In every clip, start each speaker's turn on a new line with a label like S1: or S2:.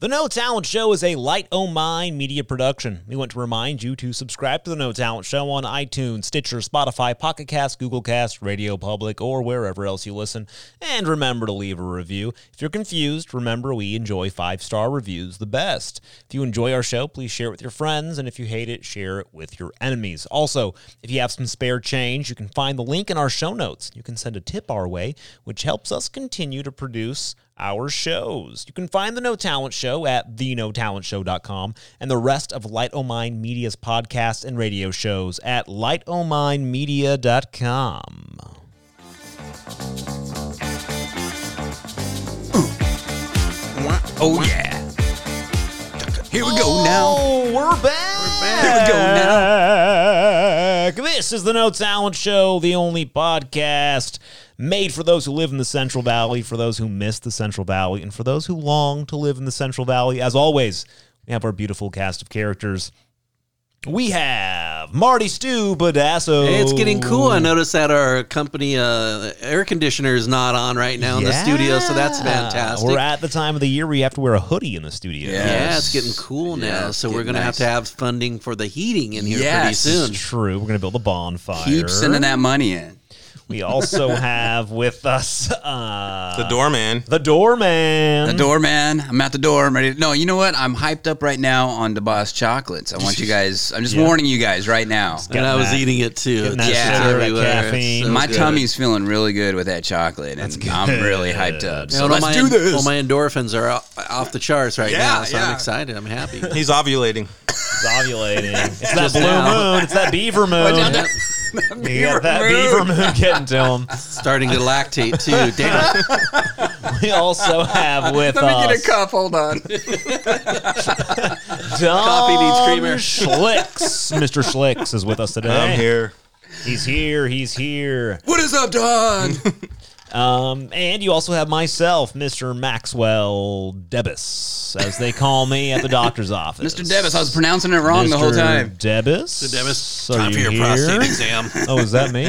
S1: The No Talent Show is a Light O' Mine media production. We want to remind you to subscribe to The No Talent Show on iTunes, Stitcher, Spotify, Pocket Cast, Google Cast, Radio Public, or wherever else you listen. And remember to leave a review. If you're confused, remember we enjoy five star reviews the best. If you enjoy our show, please share it with your friends. And if you hate it, share it with your enemies. Also, if you have some spare change, you can find the link in our show notes. You can send a tip our way, which helps us continue to produce our shows. You can find The No Talent Show at thenotalentshow.com and the rest of Light O' Mine Media's podcasts and radio shows at lightominemedia.com.
S2: Oh yeah. Here we go now.
S1: Oh, we're back.
S2: Here we go now.
S1: back. This is the No Talent Show, the only podcast made for those who live in the Central Valley, for those who miss the Central Valley, and for those who long to live in the Central Valley. As always, we have our beautiful cast of characters. We have Marty Stu Badasso.
S2: Hey, it's getting cool.
S3: Oh.
S2: uh, I noticed that our company uh, air conditioner is not on right now in the studio, so that's
S1: Yeah.
S2: fantastic.
S1: We're at the time of the year where you have to wear a hoodie in the studio.
S2: yeah,
S3: Yes.
S2: it's getting cool
S3: Yeah,
S2: now.
S3: it's
S2: So we're
S3: getting
S2: gonna have
S3: nice.
S2: to have funding for the heating in here
S3: Yes.
S2: pretty soon.
S1: It's true. We're going to build a bonfire.
S3: Keep sending that money in.
S1: We also have with us uh,
S4: The doorman.
S1: the doorman.
S3: The doorman. I'm at the door. I'm ready. To, no, you know what? I'm hyped up right now on the boss chocolates. I want you guys. I'm just
S1: Yeah.
S3: warning you guys right now.
S2: And I was
S1: Getting that-
S2: eating it too.
S1: getting that
S2: It's
S3: sugar,
S2: just
S3: that
S2: everywhere. It's
S1: caffeine.
S2: so
S3: My
S2: good.
S3: tummy's feeling really good with that chocolate, and I'm really hyped up.
S2: Yeah,
S3: So
S2: all
S3: let's
S2: my,
S3: do this.
S2: All my endorphins are o- off the charts right
S4: Yeah,
S2: now, so I'm
S4: yeah.
S2: excited. I'm happy.
S4: He's ovulating.
S1: It's ovulating. It's that
S2: Just
S1: blue
S2: now.
S1: moon. It's that beaver moon.
S2: Yep.
S1: you got that beaver
S3: moon.
S1: moon getting to him.
S2: Starting to lactate too. Damn. it.
S1: We also have with
S3: Let me get a
S1: us
S3: cup. Hold on.
S1: Don
S2: Coffee needs creamer.
S1: Schlicks. Mr. Schlicks is with us today.
S4: I'm here.
S1: He's here. He's here.
S3: what is up, Don?
S1: Um, and you also have myself, Mr. Maxwell Debus, as they call me at the doctor's office.
S3: Mr. Devis, I was pronouncing it wrong the whole
S1: Mr.
S3: time.
S1: Debus.
S2: Mr. Debus,
S1: Are
S2: Time for
S1: you
S2: your
S1: here?
S2: prostate exam.
S1: Oh, is that me?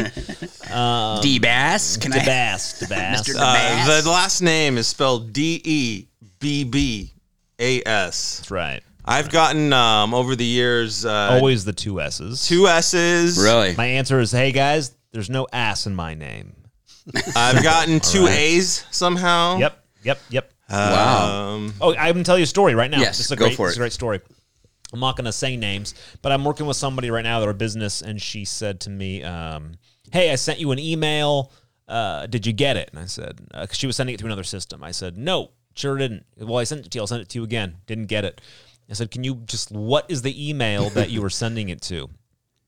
S1: um,
S3: D Bass. Can I?
S1: Debass. Debass.
S3: Mr.
S1: That's
S4: Uh,
S3: Bass.
S4: the last name is spelled D E B B A S.
S1: right.
S4: I've gotten um, over the years uh,
S1: Always the two S's.
S4: two S's.
S3: Really?
S1: My answer is, hey guys, there's no ass in my name.
S4: I've gotten two A's
S3: Oh.
S4: somehow.
S1: Yep, yep, yep.
S3: Wow.
S4: Um,
S1: Oh, I'm gonna tell you a story right now.
S3: Yes,
S1: this is a
S3: go
S1: great,
S3: for
S1: this is a
S3: it.
S1: great story. I'm not gonna say names, but I'm working with somebody right now, their business, and she said to me, um, "Hey, I sent you an email. Uh, did you get it?" And I said, uh, 'cause "She was sending it through another system." I said, "No, sure didn't. Well, I sent it to you. I'll send it to you again. Didn't get it." I said, "Can you just what is the email that you were sending it to?"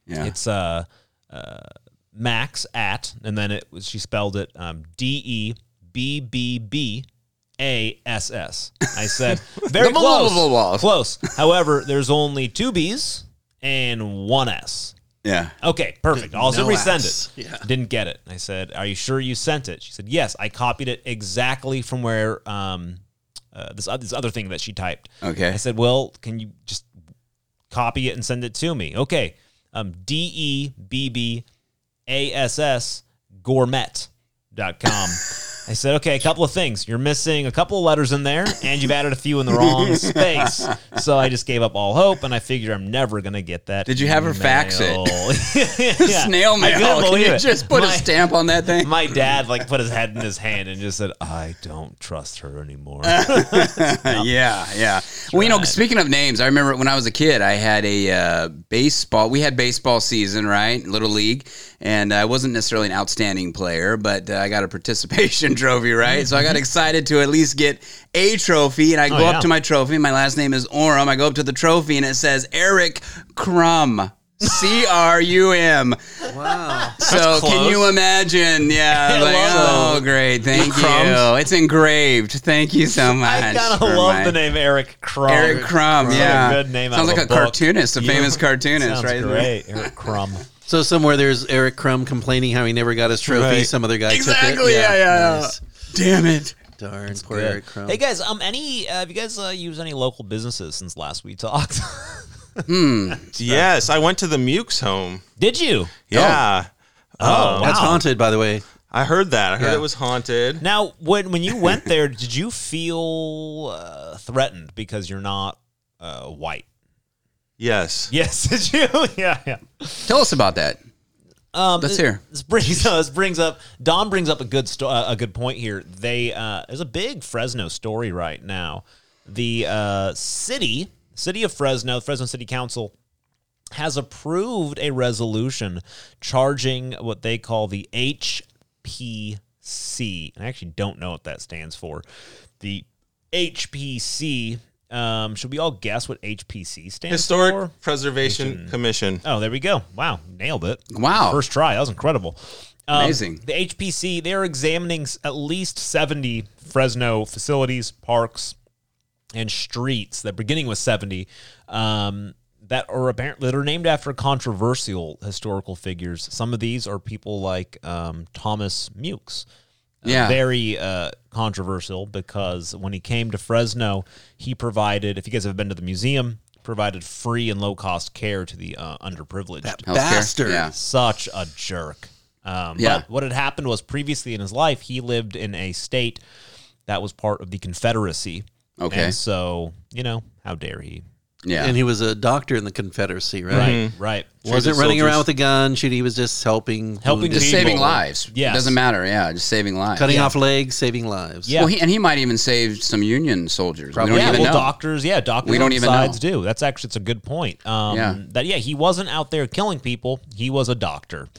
S3: Yeah.
S1: It's uh, uh, Max at, and then it was she spelled it um, D E B B B A S S. I said very
S3: The blah, blah,
S1: close,
S3: blah, blah.
S1: close. However, there's only two B's and one S.
S3: Yeah.
S1: Okay, perfect. I'll also
S2: no
S1: resend
S2: S.
S1: it.
S2: Yeah.
S1: Didn't get it. I said, "Are you sure you sent it?" She said, "Yes, I copied it exactly from where um, uh, this oth- this other thing that she typed."
S3: Okay.
S1: I said, "Well, can you just copy it and send it to me?" Okay. Um, D e b b a s s gourmet.com. I said, okay, a couple of things. You're missing a couple of letters in there, and you've added a few in the wrong space. So I just gave up all hope, and I figure I'm never gonna get that.
S3: Did you have her fax it?
S1: it?
S3: Snail mail.
S1: I couldn't
S3: Can
S1: believe
S3: you
S1: it.
S3: just put
S1: My-
S3: a stamp on that thing?
S1: My dad like put his head in his hand and just said, "I don't trust her anymore."
S3: yeah, yeah. Well, you know,
S1: right.
S3: speaking of names, I remember when I was a kid, I had a uh, baseball. We had baseball season, right? Little league, and I wasn't necessarily an outstanding player, but uh, I got a participation trophy, right? So I got excited to at least get a trophy, and I go
S1: Mm-hmm. Oh, yeah.
S3: up to my trophy. My last name is Oram. I go up to the trophy, and it says Eric Crum. C R U M.
S2: Wow.
S3: So can
S4: close.
S3: you imagine? Yeah, like,
S1: love
S3: oh, great, thank you.
S4: crumbs.
S3: It's engraved. Thank you so much.
S1: I kind
S3: for
S1: of love
S3: my-
S1: the name Eric Crumb.
S3: Eric Crumb,
S1: Crumb.
S3: yeah.
S1: Good name out
S3: Sounds
S1: of
S3: like
S1: a
S3: a,
S1: book.
S3: cartoonist, a famous cartoonist,
S1: Sounds
S3: right?
S1: great, Eric Crumb.
S2: So somewhere there's Eric Crumb complaining how he never got his trophy.
S4: Right.
S2: Some other guy took it.
S3: Exactly. Yeah, yeah. yeah.
S2: Nice.
S3: Damn it.
S2: Darn poor
S1: Yeah.
S2: Eric Crumb.
S1: Hey guys, um, any uh, have you guys uh, used any local businesses since last we talked?
S4: Yes, I went to the Mukes home.
S1: Did you?
S4: Yeah.
S1: Oh, wow.
S2: Oh, That's haunted, by the way.
S4: I heard that. I heard
S3: Yeah.
S4: it was haunted.
S1: Now, when when you went there, did you feel uh, threatened because you're not uh, white?
S4: Yes.
S1: Yes, did you? yeah, yeah.
S3: Tell us about that.
S1: Um,
S3: Let's
S1: this-
S3: hear.
S1: This brings this brings up Don brings up a good sto- uh, a good point here. They uh, there's a big Fresno story right now. The uh, city city of Fresno, the Fresno City Council has approved a resolution charging what they call the HPC. And I actually don't know what that stands for. The HPC. Um, should we all guess what HPC stands
S4: Historic
S1: for?
S4: Preservation Commission.
S1: Oh, there we go. Wow, nailed it.
S3: Wow.
S1: First try. That was incredible. Um,
S3: Amazing.
S1: The HPC, they're examining s- at least 70 Fresno facilities, parks, and streets that beginning with 70 um, that are apparently that are named after controversial historical figures. Some of these are people like um, Thomas Mewkes. Uh,
S3: Yeah.
S1: Very uh, controversial because when he came to Fresno, he provided, if you guys have been to the museum, provided free and low cost care to the uh, underprivileged
S3: Healthcare?
S4: Bastard.
S3: Yeah.
S1: such a jerk. Um,
S3: Yeah.
S1: But what had happened was previously in his life, he lived in a state that was part of the Confederacy.
S3: Okay.
S1: And so, you know, how dare he?
S3: Yeah.
S2: And he was a doctor in the Confederacy, right?
S1: Right, right.
S2: Wasn't
S4: Treated
S2: running around
S4: soldiers.
S2: with a gun. Shoot, he was just helping,
S1: Helping
S2: wounded,
S3: just
S1: people.
S3: saving lives.
S1: Yes.
S3: Doesn't matter. Yeah. Just saving lives.
S2: cutting off legs, saving lives.
S1: Yeah.
S3: Well, he, and he might even save some Union soldiers.
S2: Probably.
S3: We don't
S1: yeah,
S3: even
S1: well,
S3: know.
S1: doctors, yeah, doctors
S3: We don't
S1: on
S3: even
S1: sides
S3: know.
S1: do. That's actually it's a good point. Um,
S3: Yeah.
S1: That yeah, he wasn't out there killing people. He was a doctor.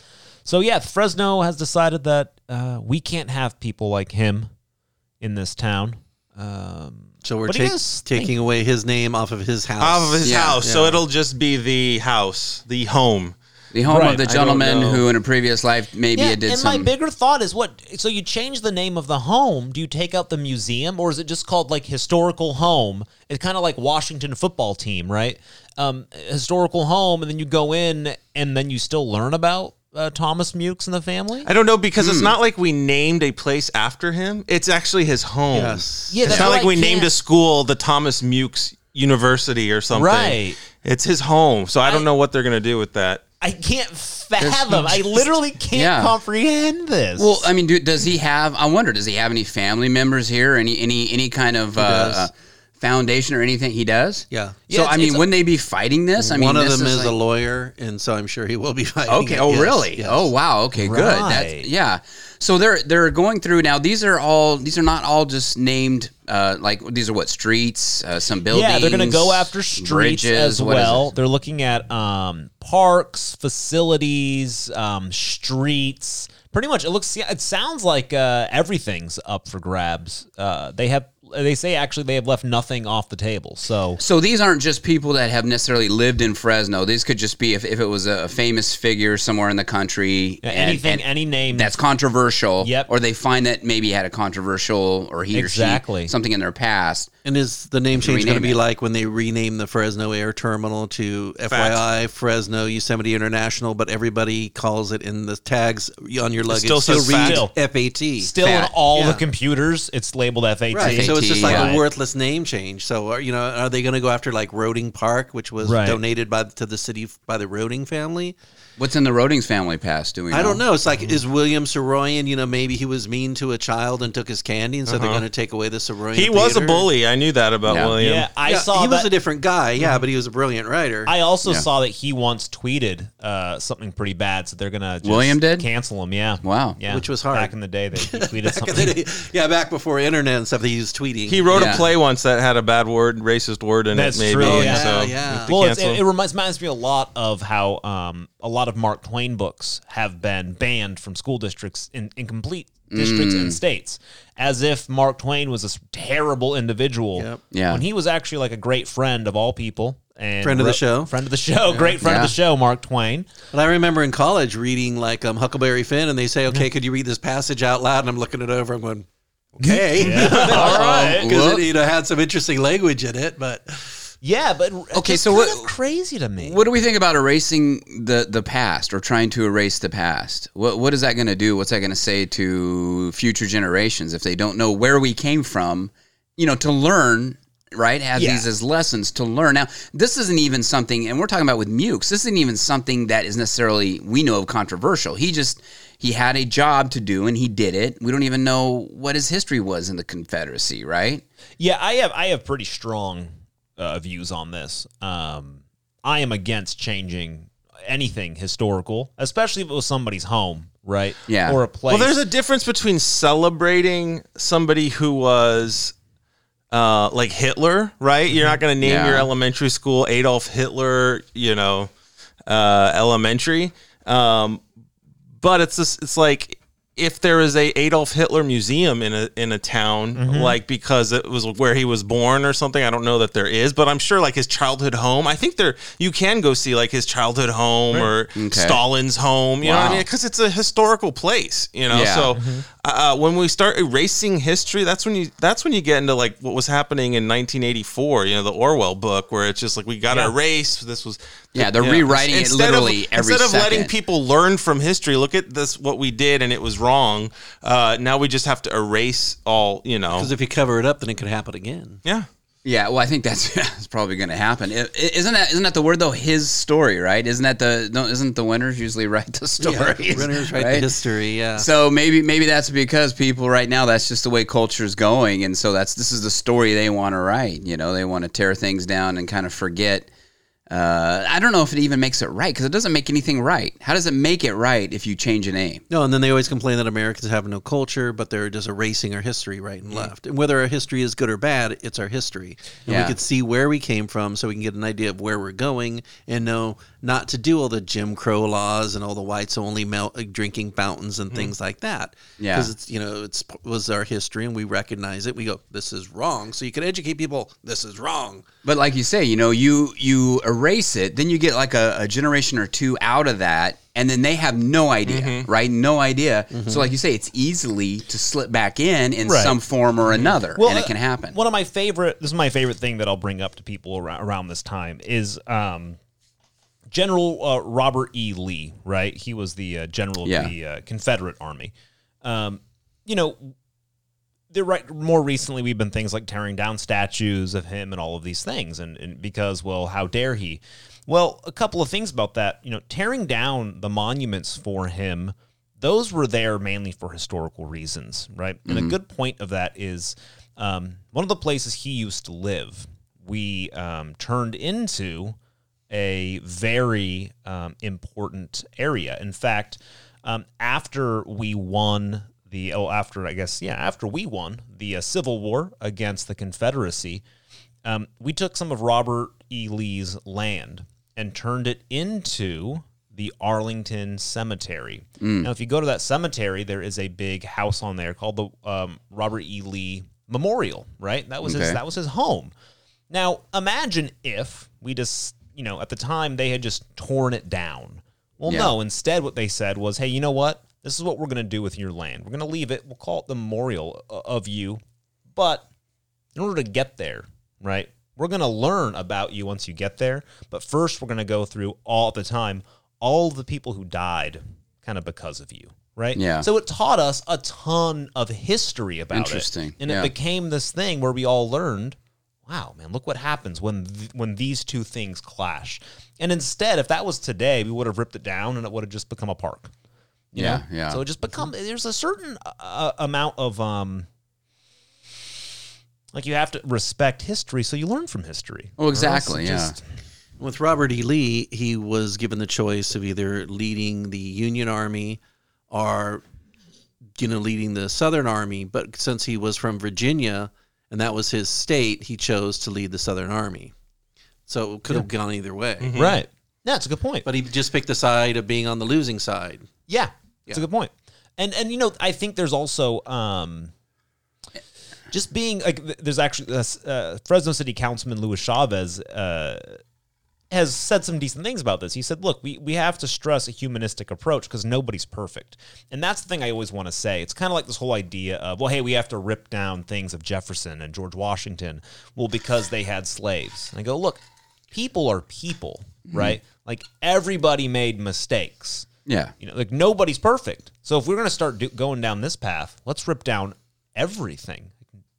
S1: So yeah, Fresno has decided that uh, we can't have people like him in this town. Um,
S2: So we're
S1: What do you
S2: take-
S1: guys think?
S2: taking away his name off of his house.
S4: Off of his
S3: Yeah,
S4: house. So it'll just be the house, the home.
S3: The home
S1: Right,
S3: of the
S1: I
S4: don't
S3: gentleman
S4: know.
S3: who, in a previous life, maybe it did
S1: and
S3: some.
S1: my bigger thought is what so you change the name of the home do you take out the museum or is it just called like historical home it's kind of like washington football team right um, historical home and then you go in and then you still learn about uh, thomas mewkes and the family
S4: I don't know because it's not like we named a place after him. It's actually his home.
S2: Yes.
S1: Yeah,
S4: it's
S1: that's
S4: not
S1: what
S4: like
S1: I
S4: we named a
S1: can't-
S4: school the Thomas Mewkes University or something.
S1: Right.
S4: It's his home. So I don't know what they're going to do with that.
S1: i can't fathom i literally can't
S3: Yeah.
S1: comprehend this
S3: well, I mean, do, does he have? I wonder. Does he have any family members here? Any any any kind of uh,
S2: does.
S3: uh, foundation or anything? He does.
S2: Yeah.
S3: So
S1: Yeah,
S3: I
S1: it's-
S3: mean,
S1: it's a-
S3: wouldn't they be fighting this? I mean,
S2: One of
S3: this
S2: them is,
S3: like-
S2: a lawyer, and so I'm sure he will be fighting.
S3: Okay.
S2: it.
S3: Oh,
S2: Yes,
S3: really?
S2: yes.
S3: Oh, wow. Okay, good.
S1: Right.
S3: That's, yeah. So they're they're going through now. These are all these are not all just named uh, like these are what streets, uh, some buildings.
S1: Yeah, they're going to go after streets
S3: bridges,
S1: as
S3: what is
S1: well.
S3: it?
S1: They're looking at um, parks, facilities, um, streets. Pretty much, it looks. yeah, It sounds like uh, everything's up for grabs. Uh, they have. They say actually they have left nothing off the table. So
S3: So these aren't just people that have necessarily lived in Fresno. These could just be if, if it was a, a famous figure somewhere in the country.
S1: yeah,
S3: and-
S1: anything,
S3: and
S1: any name
S3: that's controversial.
S1: Yep.
S3: Or they find that maybe had a controversial or he or
S1: Exactly.
S3: she something in their past.
S2: And is the name change going to
S3: rename
S2: be
S3: it.
S2: like when they rename the Fresno Air Terminal to FYI Fresno Yosemite International, but everybody calls it in the tags on your luggage
S4: still says
S2: read
S1: still.
S2: FAT.
S1: still in
S3: fat,
S1: all
S2: yeah.
S1: the computers, it's labeled FAT.
S2: Right. So it's just like
S3: Right.
S2: a worthless name change. So are, you know, are they going to go after like Roding Park, which was
S1: Right.
S2: donated by to the city f- by the Roding family?
S3: What's in the Rodings family past? Do we?
S2: I don't know. It's
S4: Mm-hmm.
S2: like is William Soroyan? You know, maybe he was mean to a child and took his candy, and so they're going to take away the Soroyan.
S4: Uh-huh. He was a
S2: Theater.
S4: bully. I knew that about
S3: Yeah.
S4: William.
S1: yeah, I
S2: Yeah,
S1: saw
S2: he
S1: that.
S2: was a different guy. Yeah,
S4: Mm-hmm.
S2: but he was a brilliant writer.
S1: I also saw that he once tweeted uh, something pretty bad, so they're gonna just
S3: William did?
S1: cancel him. Yeah,
S3: Wow.
S1: yeah,
S2: Which was hard.
S1: back in the day. They he tweeted something.
S2: yeah, back before internet and stuff, he was tweeting.
S4: He wrote
S3: Yeah.
S4: a play once that had a bad word, racist word in
S1: That's
S4: it, maybe.
S1: true,
S4: and
S1: Oh, yeah.
S4: so
S2: Oh, Yeah,
S4: if they
S1: Well, it's,
S4: cancel-
S1: it, it reminds, reminds me a lot of how um, a lot of Mark Twain books have been banned from school districts in, in complete districts
S2: Mm.
S1: and states, as if Mark Twain was this terrible individual.
S2: Yep.
S3: Yeah.
S1: When he was actually like a great friend of all people. And
S2: Friend of the
S1: wrote-
S2: show.
S1: Friend of the show. Great friend
S3: Yeah.
S1: of the show, Mark Twain.
S2: But I remember in college reading like um, Huckleberry Finn, and they say, "Okay, could you read this passage out loud?" And I'm looking it over. I'm going, "Okay,
S1: All right.
S2: because it you know had some interesting language in it." But
S1: Yeah, but
S3: Okay,
S1: okay, so
S3: so
S1: kind
S3: what-
S1: of crazy to me.
S3: What do we think about erasing the, the past or trying to erase the past? What what is that going to do? What's that going to say to future generations if they don't know where we came from? You know, to learn right, have
S1: Yeah.
S3: these as lessons to learn. Now, this isn't even something, and we're talking about with Mukes, this isn't even something that is necessarily, we know of, controversial. He just, he had a job to do and he did it. We don't even know what his history was in the Confederacy, right?
S1: Yeah, I have I have pretty strong uh, views on this. Um, I am against changing anything historical, especially if it was somebody's home, right?
S3: Yeah.
S1: or a place.
S4: Well, there's a difference between celebrating somebody who was uh, like Hitler, right? You're not going to name
S3: Yeah.
S4: your elementary school Adolf Hitler, you know, uh, elementary. Um, but it's this, it's like if there is a Adolf Hitler museum in a in a town,
S3: Mm-hmm.
S4: like because it was where he was born or something. I don't know that there is, but I'm sure like his childhood home. I think there you can go see like his childhood home or Stalin's home. You know what I
S3: Wow.
S4: mean? Because it's a historical place. You know,
S3: Yeah. Mm-hmm.
S4: so uh, when we start erasing history, that's when you that's when you get into like what was happening in 1984. You know, the Orwell book where it's just like we got to
S1: Yeah.
S4: erase this was.
S3: Yeah, they're rewriting it literally
S4: of,
S3: every
S4: Instead of letting
S3: second.
S4: people learn from history, look at this what we did and it was wrong. Uh, now we just have to erase all. You know.
S2: Because if you cover it up, then it could happen again.
S4: Yeah.
S3: Yeah, well, I think that's, that's probably going to happen. I- I- Isn't that isn't that the word though? His story, right? Isn't that the no, isn't the winners usually write the stories?
S2: Runners write the history. Yeah.
S3: So maybe maybe that's because people right now that's just the way culture's going, and so that's this is the story they want to write. You know, they want to tear things down and kind of forget. Uh, I don't know if it even makes it right because it doesn't make anything right. How does it make it right if you change a name?
S2: No, and then they always complain that Americans have no culture, but they're just erasing our history right and left. And whether our history is good or bad, it's our history. And
S3: Yeah.
S2: we could see where we came from so we can get an idea of where we're going and know not to do all the Jim Crow laws and all the whites only mel- uh, drinking fountains and things like that.
S3: Mm. Yeah.
S2: Because it's, you know, it's was our history and we recognize it. We go, this is wrong. So you can educate people, this is wrong.
S3: But like you say, you know, you you erase it, then you get like a, a generation or two out of that, and then they have no idea, right? No idea. So like you say, it's easily to slip back in in
S1: Right.
S3: some form or another, and it
S1: uh,
S3: can happen.
S1: One of my favorite, this is my favorite thing that I'll bring up to people around, around this time is um, General uh, Robert E. Lee, right? He was the uh, general of
S3: Yeah.
S1: the uh, Confederate Army. Um, you know, the right more recently we've been things like tearing down statues of him and all of these things and, and because well how dare he well a couple of things about that you know tearing down the monuments for him those were there mainly for historical reasons right and a good point of that is um, one of the places he used to live we um, turned into a very um, important area. In fact, um, after we won the oh, after I guess yeah, after we won the uh, Civil War against the Confederacy, um, we took some of Robert E. Lee's land and turned it into the Arlington Cemetery.
S3: Mm.
S1: Now, if you go to that cemetery, there is a big house on there called the um, Robert E. Lee Memorial. Right, that was his,
S3: Okay.
S1: that was his home. Now, imagine if we just, you know, at the time they had just torn it down. Well,
S3: Yeah.
S1: no, instead what they said was, hey, you know what? This is what we're going to do with your land. We're going to leave it. We'll call it the memorial o- of you. But in order to get there, right, we're going to learn about you once you get there. But first, we're going to go through all at the time, all the people who died kind of because of you, right?
S3: Yeah.
S1: So it taught us a ton of history about it.
S3: Interesting,
S1: And
S3: yeah.
S1: it became this thing where we all learned, wow, man, look what happens when th- when these two things clash. And instead, if that was today, we would have ripped it down and it would have just become a park. you
S3: Yeah,
S1: know?
S3: yeah.
S1: So it just become there's a certain uh, amount of um like you have to respect history so you learn from history.
S3: well, Oh, exactly. Yeah.
S2: With Robert E. Lee, he was given the choice of either leading the Union Army or, you know, leading the Southern Army. But since he was from Virginia and that was his state, he chose to lead the Southern Army. So it could have gone either way.
S4: Mm-hmm.
S1: Right. Yeah, it's a good point.
S2: But he just picked the side of being on the losing side.
S1: Yeah, it's a good point. And and you know, I think there's also um, just being like th- there's actually uh, s- uh, Fresno City Councilman Luis Chavez uh, has said some decent things about this. He said, "Look, we we have to stress a humanistic approach because nobody's perfect, and that's the thing I always want to say. It's kind of like this whole idea of well, hey, we have to rip down things of Jefferson and George Washington, well, because they had slaves." And I go, "Look, people are people, right? Like everybody made mistakes."
S3: Yeah.
S1: You know, like nobody's perfect. So if we're going to start do- going down this path, let's rip down everything.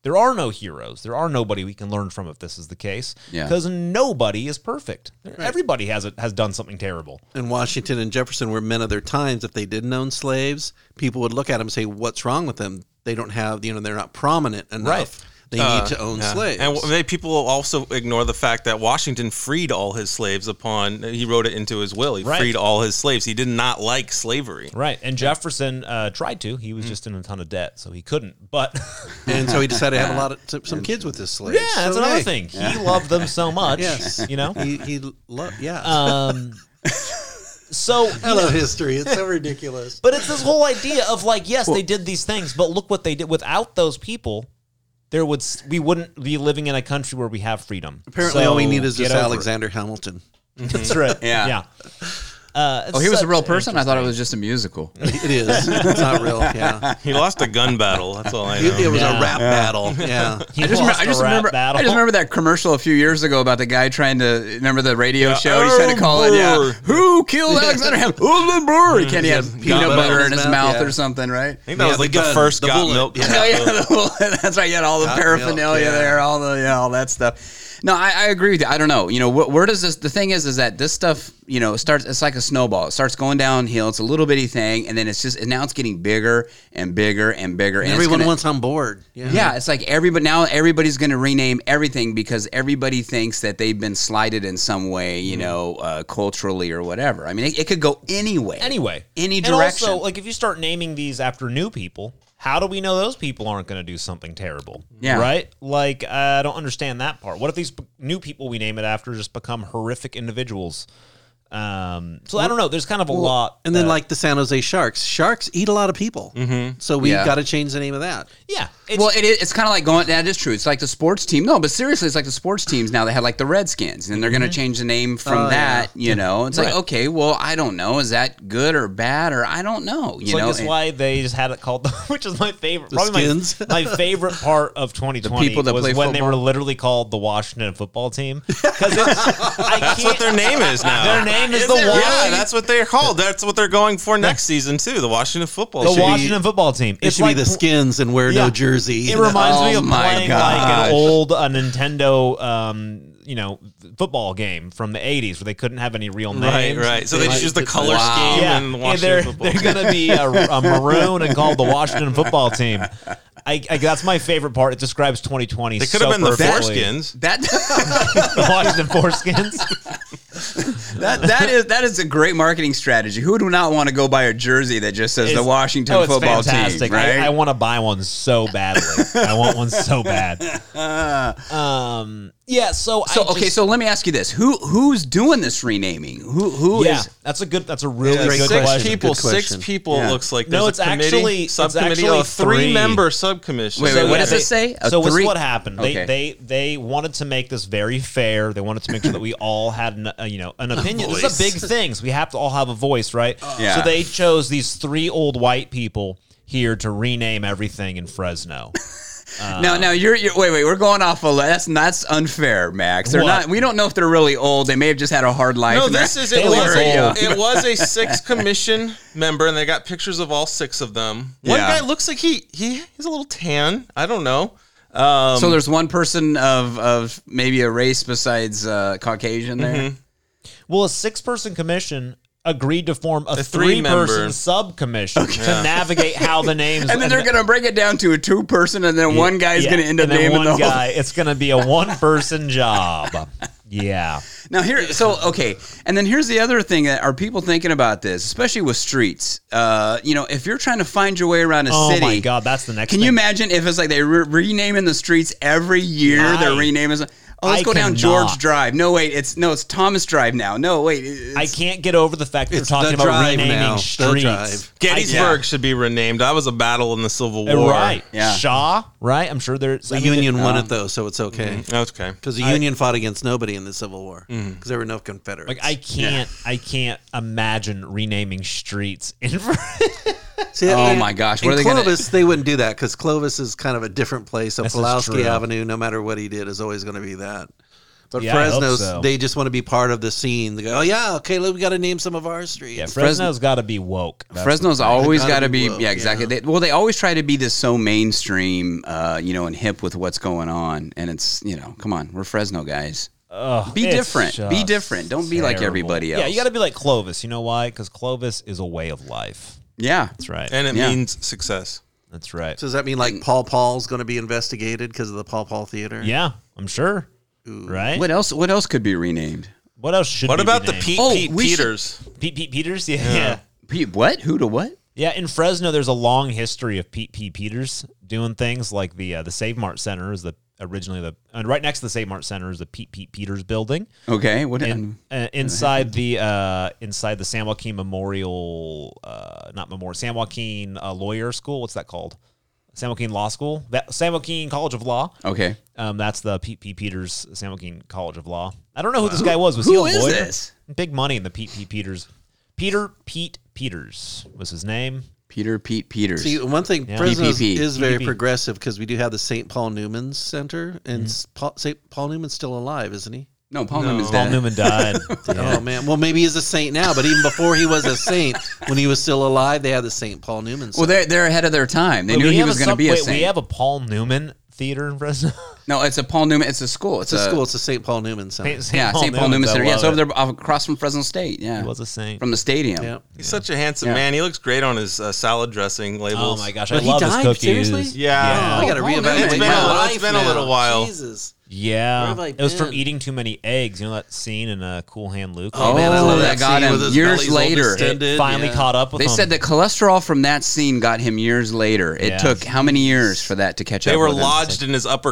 S1: There are no heroes. There are nobody we can learn from if this is the case.
S3: Yeah.
S1: Because nobody is perfect. Everybody has it has done something terrible.
S2: And Washington and Jefferson were men of their times. If they didn't own slaves, people would look at them and say, "What's wrong with them? They don't have, you know, they're not prominent enough.
S1: Right.
S2: They need to own
S4: Uh, Yeah.
S2: slaves."
S4: And w- they- people also ignore the fact that Washington freed all his slaves upon he wrote it into his will. He
S1: Right.
S4: freed all his slaves. He did not like slavery.
S1: Right. And Jefferson uh, tried to.
S2: Mm.
S1: He was just in a ton of debt, so he couldn't. But
S2: and so he decided to have a lot of t- some kids with his slaves.
S1: yeah, that's
S2: So,
S1: another
S2: hey,
S1: thing. He loved them so much.
S2: Yes.
S1: You know?
S2: He, he lo- yeah.
S1: Um, so
S2: I love history. It's so ridiculous.
S1: But it's this whole idea of like, yes, they did these things, but look what they did. Without those people, there would s- we wouldn't be living in a country where we have freedom.
S2: Apparently,
S1: So
S2: all we need is
S1: get
S2: just
S1: over it.
S2: Alexander Hamilton.
S1: That's right.
S3: Yeah.
S1: yeah. Uh,
S3: Oh, he was a real person. I thought it was just a musical.
S2: It is. It's not real. Yeah.
S4: He lost a gun battle. That's all I know.
S2: It, it was
S1: Yeah.
S2: a rap battle. Yeah.
S1: He
S3: I just,
S1: lost
S3: remember, I just
S1: a rap
S3: remember.
S1: battle.
S3: I just remember that commercial a few years ago about the guy trying to remember the radio show. He's trying to call it. Yeah,
S4: Erlenberg.
S3: who killed Alexander Hamilton? Erlenberg. He can't. He had peanut
S2: butter
S3: butter
S2: in
S3: in
S2: his
S3: his
S2: mouth,
S3: mouth
S2: yeah.
S3: or something, right?
S4: I think that
S2: Yeah,
S4: was
S2: the
S4: like
S2: gun,
S4: the first
S2: the
S4: got
S2: bullet.
S4: milk.
S2: Yeah.
S3: Oh, yeah, the whole- that's right. You had all the
S2: Hot milk,
S3: paraphernalia
S2: yeah.
S3: there, all the yeah, all that stuff. No, I, I agree with you. I don't know. You know, wh- where does this? The thing is, is that this stuff, you know, starts. It's like a snowball. It starts going downhill. It's a little bitty thing, and then it's just and now it's getting bigger and bigger and bigger. And it's
S2: Everyone
S3: gonna-
S2: wants on board. Yeah.
S3: Yeah, it's like everybody now. Everybody's going to rename everything because everybody thinks that they've been slighted in some way,
S2: Mm.
S3: you know, uh, culturally or whatever. I mean, it, it could go anyway.
S1: anyway.
S3: any
S1: And
S3: direction.
S1: also, like if you start naming these after new people, how do we know those people aren't going to do something terrible?
S3: Yeah.
S1: Right? Like I don't understand that part. What if these p- new people we name it after just become horrific individuals? Um, so I don't know. There's kind of a lot.
S2: And then,
S1: that-
S2: like the San Jose Sharks, sharks eat a lot of people. Mm-hmm. So we've
S3: Yeah.
S2: got to change the name of that.
S1: yeah, it's
S3: well, it is, it's kind of like going. That is true. It's like the sports team. No, but seriously, it's like the sports teams now. They have like the Redskins, and they're
S1: Mm-hmm.
S3: going to change the name from
S2: Oh,
S3: that. You know, it's
S1: Right.
S3: like okay, well, I don't know. Is that good or bad or I don't know. You
S1: It's like
S3: know,
S1: that's
S3: And
S1: why they just had it called, the, which is my favorite, probably
S2: skins?
S1: my, my favorite part of 2020
S3: people that
S1: was
S3: play
S1: when they were
S3: football.
S1: literally called the Washington football team because that's
S4: That's what their name is now.
S1: Their name is, the
S4: yeah,
S1: Washington,
S4: that's what they're called. That's what they're going for next season too. The Washington football.
S1: the
S4: Team.
S1: Washington football team.
S2: It
S1: It's
S2: should
S1: like-
S2: be the skins and wear
S1: yeah.
S2: no jersey.
S1: It reminds me
S3: Oh
S1: of
S3: my
S1: playing like
S3: gosh.
S1: an old uh, Nintendo, um, you know, football game from the 80s where they couldn't have any real
S4: Right,
S1: names.
S4: right. So they just use the color
S3: Wow.
S4: scheme
S1: Yeah,
S4: and
S1: yeah,
S4: Washington
S1: they're,
S4: football.
S1: they're going to be a, a maroon and called the Washington football team. I, I, that's my favorite part. It describes 2020.
S4: They could
S1: so
S4: have been the
S1: perfectly.
S4: foreskins.
S3: that
S1: The Washington foreskins.
S3: that that is that is a great marketing strategy. Who do not want to go buy a jersey that just says the
S1: It's-
S3: Washington
S1: oh, it's
S3: football
S1: fantastic.
S3: team? Right?
S1: I, I want to buy one so badly. I want one so bad. Um, yeah. So
S3: So
S1: I
S3: okay,
S1: just-
S3: so let me ask you this: Who who's doing this renaming? Who who is?
S1: yeah, that's a good. That's a really
S2: Yeah,
S1: good
S2: great
S4: six
S1: question.
S4: people.
S2: Good
S4: Six
S2: question.
S4: people
S3: Yeah.
S4: looks like
S1: No, it's
S4: there's a committee,
S1: actually- it's
S4: subcommittee,
S1: actually
S4: oh, three,
S1: three.
S4: member subcommission.
S3: Wait, wait,
S1: So
S3: what
S1: yeah,
S3: does
S1: they-
S3: it say? A
S1: so this
S3: three-
S1: is what happened. They,
S3: Okay.
S1: they they wanted to make this very fair. They wanted to make sure that we all had an, uh, you know an opinion. This is a big thing. So we have to all have a voice, right?
S3: Yeah.
S1: So they chose these three old white people here to rename everything in Fresno.
S3: No, no, you're, you're wait, wait. We're going off a le- that's that's unfair, Max. They're
S1: What?
S3: not. We don't know if they're really old. They may have just had a hard life.
S4: No,
S3: and
S4: this
S3: they're-
S4: is it
S1: They
S4: was
S1: were
S4: a,
S1: old.
S4: it was a six commission member, and they got pictures of all six of them. One
S3: Yeah.
S4: guy looks like he he he's a little tan. I don't know. Um,
S3: So there's one person of of maybe a race besides uh, Caucasian
S1: Mm-hmm.
S3: there.
S1: Well, a six person commission agreed to form a, three
S4: three-member.
S1: person sub commission to navigate how the names
S3: And then they're gonna break it down to a two person, and then one guy's
S1: Yeah,
S3: gonna end up
S1: and then
S3: naming
S1: one
S3: the whole.
S1: guy. It's gonna be a one person job. Yeah.
S3: Now here, so okay, and then here's the other thing that are people thinking about this, especially with streets. Uh, you know, if you're trying to find your way around a
S1: Oh
S3: city,
S1: my god, that's the next.
S3: Can
S1: thing.
S3: you imagine if it's like they re- renaming the streets every year?
S1: I-
S3: they're renaming. some- Oh, let's
S1: I
S3: go down
S1: cannot.
S3: George Drive. No, wait, it's no, it's Thomas Drive now. No, wait, it's,
S1: I can't get over the fact that you're
S2: It's
S1: talking
S2: the
S1: about
S2: drive
S1: renaming
S2: now. The
S1: streets.
S2: drive.
S4: Gettysburg should be renamed. That was a battle in the Civil
S1: Uh,
S4: War.
S1: Right.
S3: Yeah.
S1: Shaw, right? I'm sure there's
S2: The
S1: I mean,
S2: Union won it, though, so it's okay.
S4: That's okay.
S2: Because the Union fought against nobody in the Civil War. Because there were no Confederates.
S1: Like I can't I can't imagine renaming streets in
S2: See,
S3: Oh
S2: and-
S3: my gosh, what
S2: in
S3: are they gonna-
S2: Clovis, they wouldn't do that because Clovis is kind of a different place. So
S1: is true.
S2: Pulaski Avenue, no matter what he did, is always going to be that. But
S1: Yeah, I hope
S2: Fresno,
S1: so.
S2: they just want to be part of the scene. They go, oh yeah, okay, look, we got to name some of our streets.
S1: Yeah, Fresno's got to be woke. That's-
S3: Fresno's always
S2: gotta
S3: got to
S2: be
S3: be,
S2: woke,
S3: yeah, exactly.
S2: yeah.
S3: They, well, they always try to be this so mainstream, uh, you know, and hip with what's going on. And it's, you know, come on, we're Fresno guys.
S1: Ugh,
S3: Be
S1: it's
S3: different. Be
S1: just
S3: different. Don't be like
S1: terrible.
S3: everybody
S1: Yeah,
S3: else.
S1: you got to be like Clovis. You know why? Because Clovis is a way of life.
S3: Yeah.
S1: That's right.
S4: and it
S3: Yeah.
S4: means success.
S1: That's right.
S2: So does that mean like Paul Paul's going to be investigated because of the Paul Paul Theater?
S1: Yeah, I'm sure. Right.
S3: What
S1: What,
S3: else? What else could be renamed?
S1: else should?
S4: What
S1: we
S4: about the
S1: rename?
S4: Pete,
S3: Oh,
S4: Pete
S3: we should-
S4: Peters?
S1: Pete Pete Peters? Yeah. yeah.
S3: Pe- What? Who to what?
S1: Yeah, in Fresno, there's a long history of Pete Pete Peters doing things like the uh, the Save Mart Center is the originally the and right next to the Save Mart Center is the Pete Pete Peters building.
S3: Okay. What?
S1: And uh, inside the uh, inside the San Joaquin Memorial, uh, not Memorial San Joaquin uh, Lawyer School. What's that called? San Joaquin Law School. That, San Joaquin College of Law.
S3: okay.
S1: Um, that's the Pete P. Peters San Joaquin College of Law. I don't know who this guy was. Was he a
S3: who is
S1: lawyer?
S3: this?
S1: Big money in the Pete P. Peters. Peter Pete Peters was his name.
S3: Peter Pete Peters.
S2: See, one thing Fresno is-
S3: PPP.
S2: is very
S1: PPP.
S2: progressive because we do have the St. Paul Newman Center, and s- Paul, St. Paul Newman's still alive, isn't he?
S3: no, Paul Newman's
S1: Paul
S3: dead.
S1: Newman died.
S2: Oh man, well maybe he's a saint now, but even before he was a saint, when he was still alive, they had the St. Paul Newman. Center.
S3: Well, they're they're ahead of their time. They
S1: Wait,
S3: knew
S1: we
S3: he
S1: have
S3: was going to
S1: sub-
S3: be a
S1: wait,
S3: saint.
S1: We have a Paul Newman theater in Fresno.
S3: no, it's a Paul Newman. It's a school. It's,
S2: it's a school. It's a St. Paul Newman Center.
S1: Saint
S3: Yeah, St. Paul Newman
S1: Newman's, I
S3: Center. Yeah, it's
S1: love
S3: over
S1: it.
S3: there off- across from Fresno State. Yeah,
S1: He was a saint.
S3: from the stadium.
S2: Yeah.
S4: He's such a handsome man. He looks great on his uh, salad dressing
S1: oh
S4: labels.
S1: my gosh,
S2: But
S1: I
S2: he
S1: love his
S2: died?
S1: cookies.
S2: Seriously?
S4: Yeah.
S2: I got to
S3: Oh, Paul Newman.
S2: reevaluate
S3: It's been
S2: my
S3: a
S4: little-
S2: life
S4: it's been a
S2: now.
S4: little while.
S2: Jesus.
S1: Yeah,
S2: have I
S1: it was from
S2: been?
S1: eating too many eggs. You know that scene in uh, Cool Hand Luke.
S3: Oh, man, I love that
S2: scene
S3: God, and
S2: with his
S3: years
S2: belly's all
S3: later, it
S1: it
S2: distended.
S1: finally
S2: Yeah.
S1: caught up with
S3: They
S1: him.
S3: said that cholesterol from that scene got him years later. It
S1: Yeah.
S3: took how many years for that to catch up?
S4: They were
S3: with him?
S4: lodged in his upper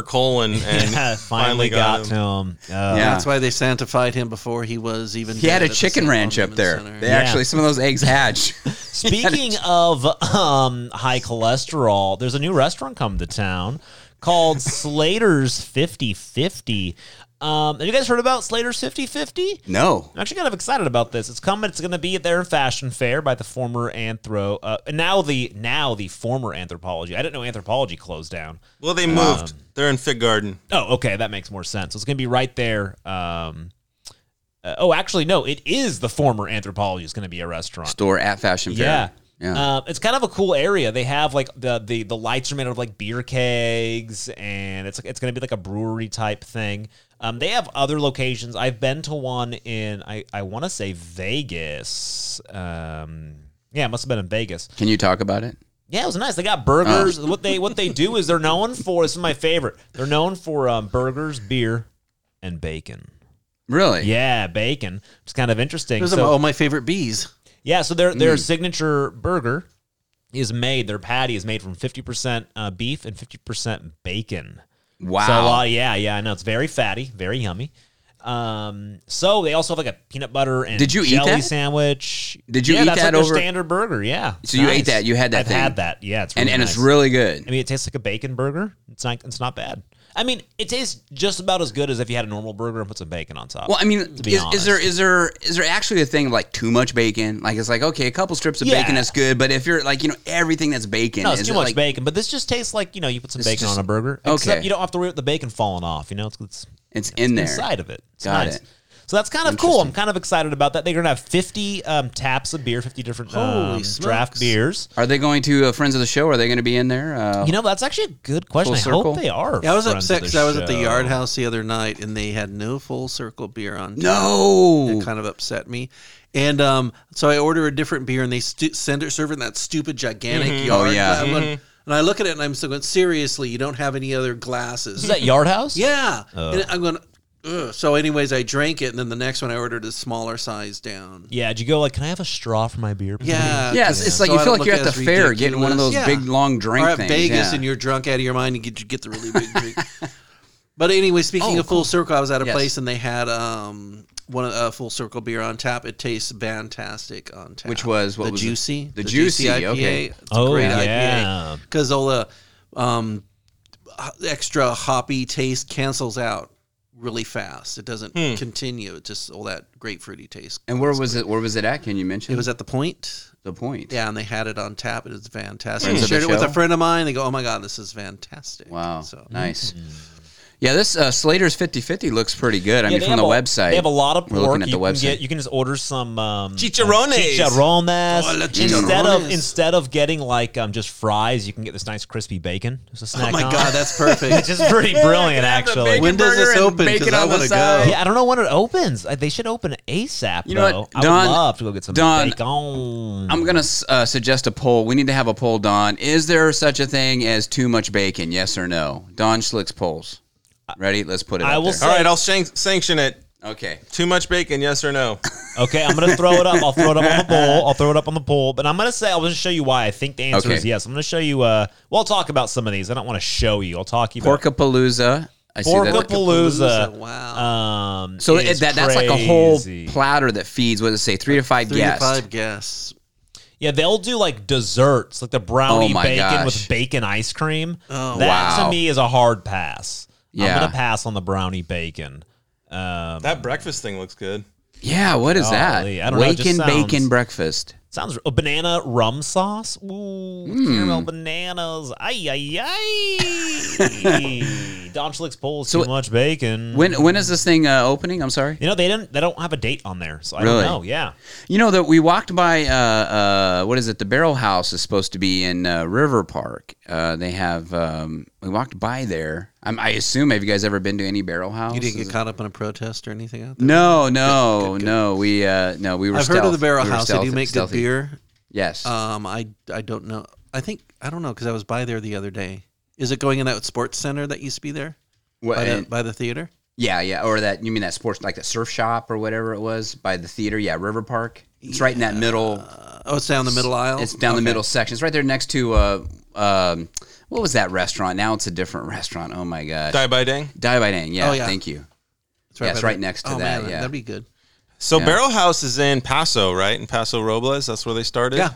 S4: colon and
S1: Yeah, finally got, to him. Uh,
S3: Yeah.
S2: That's why they sanctified him before he was even.
S3: He had
S2: dead
S3: a
S2: at the
S3: chicken
S2: St.
S3: ranch
S2: Paul
S3: up
S2: Newman
S3: there.
S2: Center.
S3: They actually some of those eggs hatch.
S1: Speaking of um, high cholesterol, there's a new restaurant coming to town called Slater's 5050. Um, have you guys heard about Slater's 5050?
S3: no.
S1: I'm actually kind of excited about this. It's coming. It's going to be at their fashion fair by the former anthro. Uh, and now the now the former anthropology. I didn't know anthropology closed down.
S4: Well, they moved.
S1: Um,
S4: They're in Fig Garden.
S1: Oh, okay, that makes more sense. It's going to be right there. Um, uh, oh, actually, no, it is the former anthropology. It's going to be a restaurant.
S3: Store at Fashion Fair.
S1: Yeah.
S3: Yeah.
S1: Uh, it's kind of a cool area. They have like the, the the lights are made out of like beer kegs, and it's it's gonna be like a brewery type thing. Um, they have other locations. I've been to one in I I want to say Vegas. Um, yeah, it must have been in Vegas.
S3: Can you talk about it?
S1: Yeah, it was nice. They got burgers. What they what they do is they're known for. This is my favorite. They're known for um, burgers, beer, and bacon.
S3: Really?
S1: Yeah, bacon. It's kind of interesting.
S2: Those are
S1: So-
S2: my- all oh, my favorite bees.
S1: yeah, so their
S3: Hmm.
S1: their signature burger is made. Their patty is made from fifty percent uh, beef and fifty percent bacon.
S3: Wow.
S1: So uh, yeah, yeah, I know it's very fatty, very yummy. Um, so they also have like a peanut butter and
S3: Did you eat
S1: jelly
S3: that?
S1: sandwich.
S3: Did you
S1: yeah,
S3: eat
S1: that's
S3: that
S1: like
S3: over-
S1: their standard burger? Yeah.
S3: So you ate that, you had that
S1: I've
S3: thing.
S1: had that. Yeah, it's
S3: and
S1: really
S3: and
S1: nice.
S3: it's really good.
S1: I mean, it tastes like a bacon burger. It's not. It's not bad. I mean, it tastes just about as good as if you had a normal burger and put some bacon on top.
S3: Well, I mean,
S1: be
S3: is,
S1: honest.
S3: is there is there is there actually a thing of like too much bacon? Like it's like okay, a couple strips of
S1: Yeah.
S3: bacon is good, but if you're like you know everything that's bacon,
S1: No, it's
S3: is
S1: too
S3: it
S1: much
S3: like,
S1: bacon, but this just tastes like you know you put some bacon
S3: just-
S1: on a burger.
S3: okay.
S1: Except you don't have to worry about the bacon falling off. You know, it's, it's
S3: It's in there.
S1: inside of it. It's
S3: Got
S1: nice.
S3: it.
S1: So that's kind of cool. I'm kind of excited about that. They're gonna have 50 um, taps of beer, 50 different
S2: Holy
S1: um,
S2: smokes.
S1: draft beers.
S3: Are they going to uh, friends of the show? Are they going to be in there? Uh,
S1: You know, that's actually a good question. I
S3: circle?
S1: hope they are.
S2: Yeah, I was
S1: friends
S2: upset
S1: of
S2: because I was at the
S1: show.
S2: Yard House the other night and they had no full circle beer on. tap.
S3: no.
S2: It kind of upset me. And um, so I order a different beer and they stu- send it serving that stupid gigantic yard.
S3: Oh, yeah.
S2: glass one. And I look at it and I'm still going, seriously, you don't have any other glasses.
S1: Is that Yard House?
S2: yeah. And I'm going, Ugh. so anyways, I drank it and then the next one I ordered a smaller size down.
S1: Yeah. Did you go like, can I have a straw for my beer? please?"
S2: Yeah.
S3: Yeah, it's, it's like
S2: So
S3: you
S2: I
S3: feel
S2: don't
S3: like you're at
S2: look
S3: the
S2: as
S3: fair getting one of those
S2: ridiculous.
S3: big
S2: Yeah.
S3: long drink
S2: or at
S3: things.
S2: Vegas
S3: yeah.
S2: and you're drunk out of your mind and get you get the really big drink. But anyway, speaking
S3: Oh,
S2: of full circle, I was at a
S3: Yes.
S2: place and they had um one of uh, full circle beer on tap. It tastes fantastic on tap.
S3: Which was- what
S2: the
S3: was it?
S2: juicy,
S3: The juicy,
S2: IPA.
S3: okay.
S2: It's a
S1: Oh,
S2: great
S1: yeah.
S2: IPA because all the um h- extra hoppy taste cancels out really fast. It doesn't continue. It just all that grapefruity taste.
S3: Hmm. And where was it? Where was it at? Can you mention?
S2: It was at the point.
S3: the point.
S2: Yeah, and they had it on tap. It was
S3: Friends
S2: fantastic. I
S3: of Mm. the
S2: shared it with
S3: show?
S2: a friend of mine. They go, "Oh my god, this is fantastic!"
S3: Wow.
S2: So
S3: Nice. Yeah, this uh, Slater's 50-50 looks pretty good. I
S1: Yeah,
S3: mean,
S1: they
S3: from the
S1: have a-
S3: website,
S1: They have a lot of
S3: We're
S1: pork.
S3: looking at
S1: you
S3: the
S1: can
S3: website.
S1: get. You can just order some um,
S4: Chicharrones.
S1: uh, chicharrones.
S2: Oh, la
S1: Instead of
S2: chicharrones.
S1: instead of getting like um, just fries, you can get this nice crispy bacon. Just a snack.
S2: Oh my
S1: on.
S2: god, that's perfect.
S1: which is pretty brilliant
S3: Have the
S1: actually.
S3: bacon
S2: When does
S3: burger
S2: this
S3: and
S2: open? 'Cause
S3: Bacon
S2: I
S3: on the
S2: wanna go.
S3: side.
S1: Yeah, I don't know when it opens. Uh, They should open ASAP.
S3: You know what,
S1: though. I
S3: Don-
S1: would love to go get some
S3: Don,
S1: bacon.
S3: I'm gonna uh, suggest a poll. We need to have a poll, Don. Is there such a thing as too much bacon? Yes or no? Don Schlick's polls. Ready? Let's put it.
S1: I
S3: up
S1: will
S3: there.
S4: All right, I'll shank- sanction it.
S3: Okay.
S4: Too much bacon, yes or no?
S1: Okay, I'm gonna throw it up. I'll throw it up on the poll. I'll throw it up on the poll. But I'm gonna say I was gonna show you why I think the answer
S3: Okay.
S1: is yes. I'm gonna show you. Uh, well, I'll talk about some of these. I don't want to show you. I'll talk you about
S3: Porkapalooza. I see that.
S1: Porkapalooza.
S2: Wow.
S1: Um,
S3: So
S1: is
S3: it, that, that's like a whole
S1: crazy.
S3: platter that feeds. What does it say? Three to five
S2: Three
S3: guests.
S2: to five guests.
S1: Yeah, they'll do like desserts, like the brownie
S3: Oh my
S1: bacon
S3: gosh.
S1: with bacon ice cream.
S2: Oh,
S1: that to
S3: wow.
S1: me is a hard pass. I'm
S3: Yeah.
S1: gonna pass on the brownie bacon. Um,
S4: That breakfast thing looks good.
S3: Yeah. What is
S1: Golly, I
S3: that?
S1: don't know, it just
S3: Waken
S1: sounds-
S3: bacon breakfast.
S1: sounds a banana rum sauce. Ooh,
S3: Hmm.
S1: caramel bananas. Ay ay ay. Don Schlick's pulls too much bacon.
S3: When when is this thing uh, opening? I'm sorry.
S1: you know they didn't. They don't have a date on there, so I
S3: Really?
S1: don't know. Yeah.
S3: You know that we walked by. Uh, uh, what is it? The Barrel House is supposed to be in uh, River Park. Uh, they have. Um, we walked by there. I'm, I assume. Have you guys ever been to any Barrel House?
S2: You didn't get caught up in a protest or anything out there?
S3: no, no, no. We uh, no. We were.
S2: I've heard of
S3: stealth-
S2: the Barrel
S3: we were
S2: House. They do
S3: stealthy-
S2: make good
S3: stealthy.
S2: beer.
S3: Yes.
S2: Um, I I don't know. I think I don't know because I was by there the other day. Is it going in that sports center that used to be there
S3: What-
S2: by the,
S3: and-
S2: by the theater?
S3: yeah, yeah. Or that you mean that sports like the surf shop or whatever it was by the theater? Yeah, River Park. It's right in that middle.
S2: Uh, oh, it's down the middle aisle.
S3: It's down the middle section. It's right there next to. Uh, um, what was that restaurant? Now it's a different restaurant. Oh my gosh.
S4: Die by dang.
S3: Die by Dang. Yeah,
S2: Oh, yeah.
S3: Thank you.
S2: It's
S3: yeah, it's
S2: by
S3: right
S2: the-
S3: next to
S2: oh,
S3: that,
S2: man,
S3: yeah.
S2: that'd be good.
S4: So
S3: Yeah.
S4: Barrel House is in Paso, right? In Paso Robles, that's where they started.
S2: Yeah.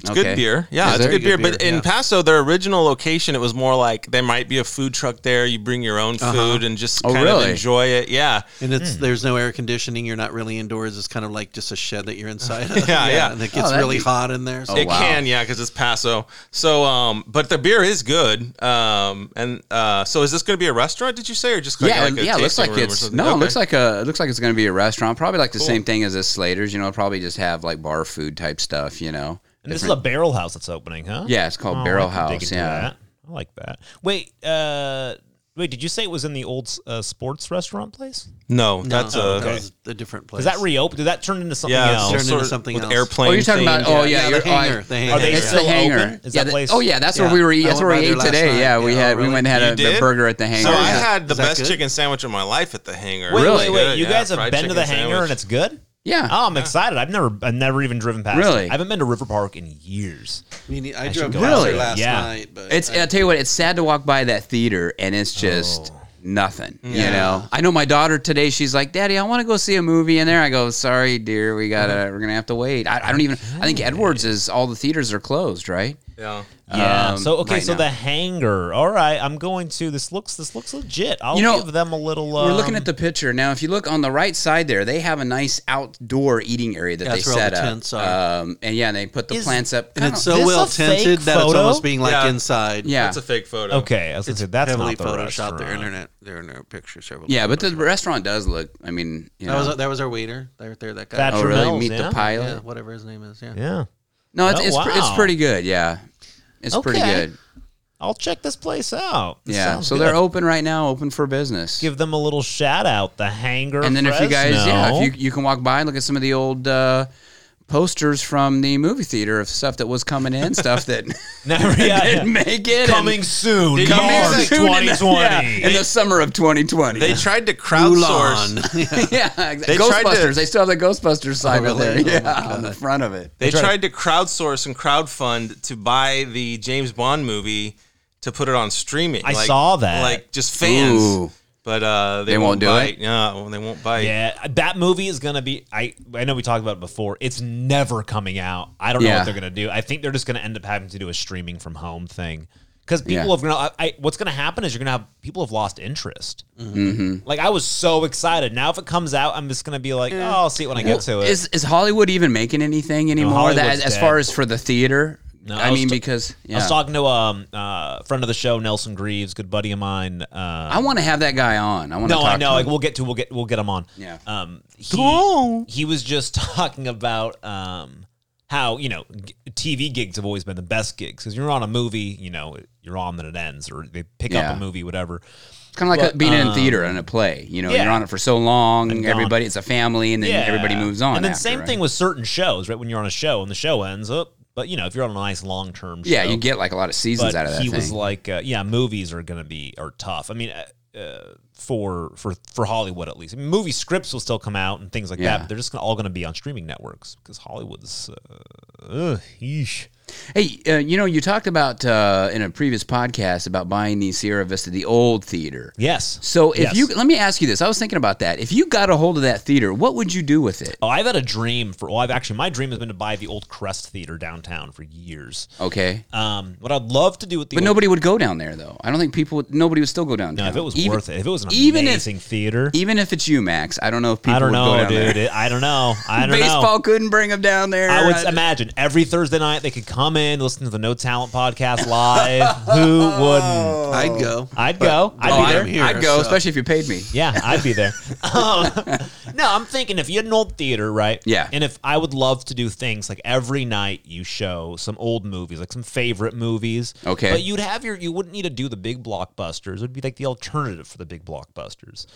S4: It's
S3: Okay.
S4: good beer. Yeah,
S3: Is
S4: it's
S3: there?
S4: good beer.
S2: Good
S4: But
S2: beer,
S4: in
S2: yeah.
S4: Paso, their original location, it was more like there might be a food truck there. You bring your own food and just
S3: Oh,
S4: kind of
S3: really?
S4: enjoy it. Yeah.
S2: And it's
S3: Hmm.
S2: there's no air conditioning. You're not really indoors. It's kind of like just a shed that you're inside. Of.
S4: Yeah, yeah.
S2: And it gets
S3: Oh, that'd
S2: really
S3: be-
S2: hot in there. So
S3: Oh,
S4: it
S3: wow.
S4: can, yeah, because it's Paso. So, um, but the beer is good. Um, and uh, so is this going to be a restaurant? Did you say, or just kinda
S3: yeah,
S4: like a
S3: yeah. It looks
S4: tasting
S3: like
S4: room or
S3: it's
S4: something?
S3: no. It
S4: Okay.
S3: looks like a. It looks like it's going to be a restaurant. Probably like the same thing as this Slater's. You know, probably just have like bar food type stuff. You know.
S1: And this is a
S3: Different-
S1: barrel house that's opening, huh?
S3: Yeah, it's called
S1: Oh, I
S3: Barrel
S1: can dig
S3: House,
S1: into
S3: yeah.
S1: that. I like that. Wait, uh, wait, did you say it was in the old uh, sports restaurant place?
S4: no. That's a
S2: uh, that was a different place.
S1: Is that reopen? Did that turn into something
S4: yeah. it's
S1: else?
S2: turned
S4: sort
S2: into
S4: of
S2: something
S4: with
S2: else.
S4: airplane.
S3: Oh, you're talking about
S4: themed.
S3: oh
S2: Yeah,
S3: yeah,
S2: the
S3: you're, oh, I-
S2: hangar, the hangar.
S3: Are they
S2: It's
S3: it's
S1: still
S3: the hangar.
S1: open? Is
S3: yeah,
S1: that
S3: the-
S1: place-
S3: oh yeah, that's
S2: Yeah.
S3: where we were.
S2: I
S3: That's
S2: went
S3: where
S2: by
S3: we
S2: there
S3: ate
S2: last
S3: today.
S2: night.
S3: Yeah, we
S2: Yeah,
S3: had
S2: really?
S3: we went and
S4: You
S3: had a, a
S4: did?
S3: burger at the hangar.
S4: So I
S3: yeah.
S4: had the
S2: Is that
S4: best
S2: good?
S4: chicken sandwich of my life at the hangar.
S1: Wait,
S3: Really?
S1: wait, wait!
S4: Good,
S1: You
S4: yeah,
S1: guys have
S4: fried
S1: been to
S4: chicken
S1: the hangar
S4: sandwich.
S1: and it's good.
S3: Yeah.
S1: Oh, I'm excited. I've never, I've never even driven past.
S3: Really?
S1: it. I haven't been to River Park in years.
S2: I mean, I drove
S1: go
S2: past
S3: out
S2: there
S3: there.
S2: last
S1: Yeah.
S2: night, but
S3: It's. I, will tell you what. It's sad to walk by that theater and it's just
S2: Oh.
S3: nothing. You know. I know my daughter today. She's like, "Daddy, I want to go see a movie in there." I go, "Sorry, dear. We gotta.
S2: Uh-huh.
S3: We're gonna have to wait." I, I don't even. I think Edwards is. All the theaters are closed, right?
S4: Yeah.
S1: Yeah.
S3: Um,
S1: so okay,
S3: right
S1: so
S3: now.
S1: the hangar. All right, I'm going to. This looks, this looks legit. I'll
S3: You know,
S1: give them a little. Um,
S3: We're looking at the picture now. If you look on the right side there, they have a nice outdoor eating area that they
S2: That's where all
S3: set
S2: the
S3: up.
S2: tents are.
S3: Um, and yeah, and they put the
S1: Is-
S3: plants up.
S2: and
S3: kinda-
S2: it's so
S1: this
S2: well
S1: a fake
S2: tinted that it's
S1: photo?
S2: almost being like
S4: Yeah.
S2: inside.
S3: yeah,
S4: That's a fake photo.
S1: Okay, I was gonna say that's
S2: heavily
S1: not the
S2: photoshopped.
S1: restaurant.
S2: Their internet, their internet pictures. several
S3: yeah, but the restaurant does look. I mean, you
S2: That
S3: know,
S2: was that was our waiter right there. That guy.
S1: Thatcher
S3: oh really?
S1: Mills,
S3: Meet
S1: yeah.
S3: the pilot.
S2: yeah, whatever his name is. Yeah.
S1: Yeah.
S3: No, it's
S1: Oh,
S3: it's, pr- it's
S1: wow.
S3: pretty good. Yeah, it's pretty
S1: Okay.
S3: good.
S1: I'll check this place out. This
S3: Yeah,
S1: sounds
S3: so
S1: good.
S3: they're open right now, open for business.
S1: give them a little shout out. The hangar,
S3: and then if you guys, yeah,
S1: Fresno.
S3: if you you can walk by and look at some of the old. Uh, Posters from the movie theater of stuff that was coming in, stuff that
S1: Never- yeah, yeah.
S3: didn't make it, and-
S1: coming soon,
S4: Did you
S1: March
S4: hear that?
S1: 2020.
S3: Yeah, in the summer of 2020.
S4: They tried to crowdsource.
S2: Mulan.
S3: yeah,
S4: They
S3: exactly.
S4: tried to-
S3: Ghostbusters. they still have the Ghostbusters sign
S2: Oh,
S3: up
S2: really?
S3: there.
S2: Oh, my
S3: Yeah, on the front of it.
S4: They tried to crowdsource and crowdfund to buy the James Bond movie to put it on streaming.
S1: I saw that.
S4: Like just fans.
S3: Ooh.
S4: But uh, they,
S3: They won't
S4: won't,
S3: do
S4: bite.
S3: it?
S4: Yeah, well, they won't bite.
S1: Yeah, that movie is gonna be. I I know we talked about it before. It's never coming out. I don't know
S3: Yeah.
S1: what they're gonna do. I think they're just gonna end up having to do a streaming from home thing because people
S3: Yeah.
S1: have gonna. I, I, what's gonna happen is you're gonna have people have lost interest.
S3: Mm-hmm.
S1: Like I was so excited. Now if it comes out, I'm just gonna be like, oh, I'll see it when I get to it.
S3: Is is Hollywood even making anything anymore? that,
S1: Hollywood's
S3: as, as far
S1: dead.
S3: as for the theater
S1: No,
S3: I,
S1: I was
S3: mean,
S1: ta-
S3: because
S1: I
S3: yeah.
S1: was talking to um uh friend of the show, Nelson Greaves, good buddy of mine. Uh,
S3: I want to have that guy on. I want
S1: no,
S3: to talk
S1: I know.
S3: to
S1: Like,
S3: him.
S1: we'll get to we'll get we'll get him on.
S3: Yeah.
S1: Um,
S4: on.
S1: he, he was just talking about um how you know g- TV gigs have always been the best gigs because you're on a movie, you know, you're on and it ends, or they pick
S3: Yeah.
S1: up a movie, whatever.
S3: It's kind of like
S1: But,
S3: a- being
S1: um,
S3: in a theater and a play. You know,
S1: yeah.
S3: you're on it for so long.
S1: And gone.
S3: Everybody, it's a family, and then everybody moves on.
S1: And then
S3: after,
S1: same
S3: right?
S1: thing with certain shows, right? When you're on a show and the show ends, up. but you know, if you're on a nice long term,
S3: Yeah,
S1: show,
S3: you get like a lot of seasons
S1: but
S3: out of that
S1: he
S3: thing.
S1: was like, uh, yeah, movies are gonna be are tough. I mean, uh, uh, for for for Hollywood at least, I mean, movie scripts will still come out and things like that.
S3: Yeah.
S1: But they're just gonna, all gonna be on streaming networks because Hollywood's. Uh, ugh, yeesh.
S3: Hey, uh, you know, you talked about uh, in a previous podcast about buying the Sierra Vista, the old theater.
S1: Yes.
S3: So if
S1: Yes.
S3: you let me ask you this, I was thinking about that. If you got a hold of that theater, what would you do with it?
S1: Oh, I've had a dream for. Well, I've actually my dream has been to buy the old Crest Theater downtown for years.
S3: Okay,
S1: Um, what I'd love to do with the
S3: but
S1: old-
S3: nobody would go down there though. I don't think people would. Nobody would still go down there.
S1: No, if it was
S3: even,
S1: worth it, if it was an
S3: even if-
S1: amazing theater,
S3: even if it's you, Max. I don't know if people
S1: I don't
S3: would go
S1: know,
S3: down
S1: dude.
S3: there.
S1: It- I don't know. I don't
S3: Baseball
S1: know.
S3: couldn't bring them down there.
S1: I would imagine every Thursday night they could come in, listen to the No Talent podcast live. Who wouldn't?
S2: I'd go.
S1: I'd go.
S2: well,
S1: I'd be
S2: I'm
S1: there.
S2: here,
S3: Oh, I'd go,
S2: so-
S3: especially if you paid me.
S1: Yeah, I'd be there. um, no, I'm thinking if you had an old theater, right?
S3: Yeah.
S1: And if I would love to do things like every night you show some old movies, like some favorite movies.
S3: Okay.
S1: But you'd have your, you wouldn't need to do the big blockbusters. It would be like the alternative for the big blockbusters.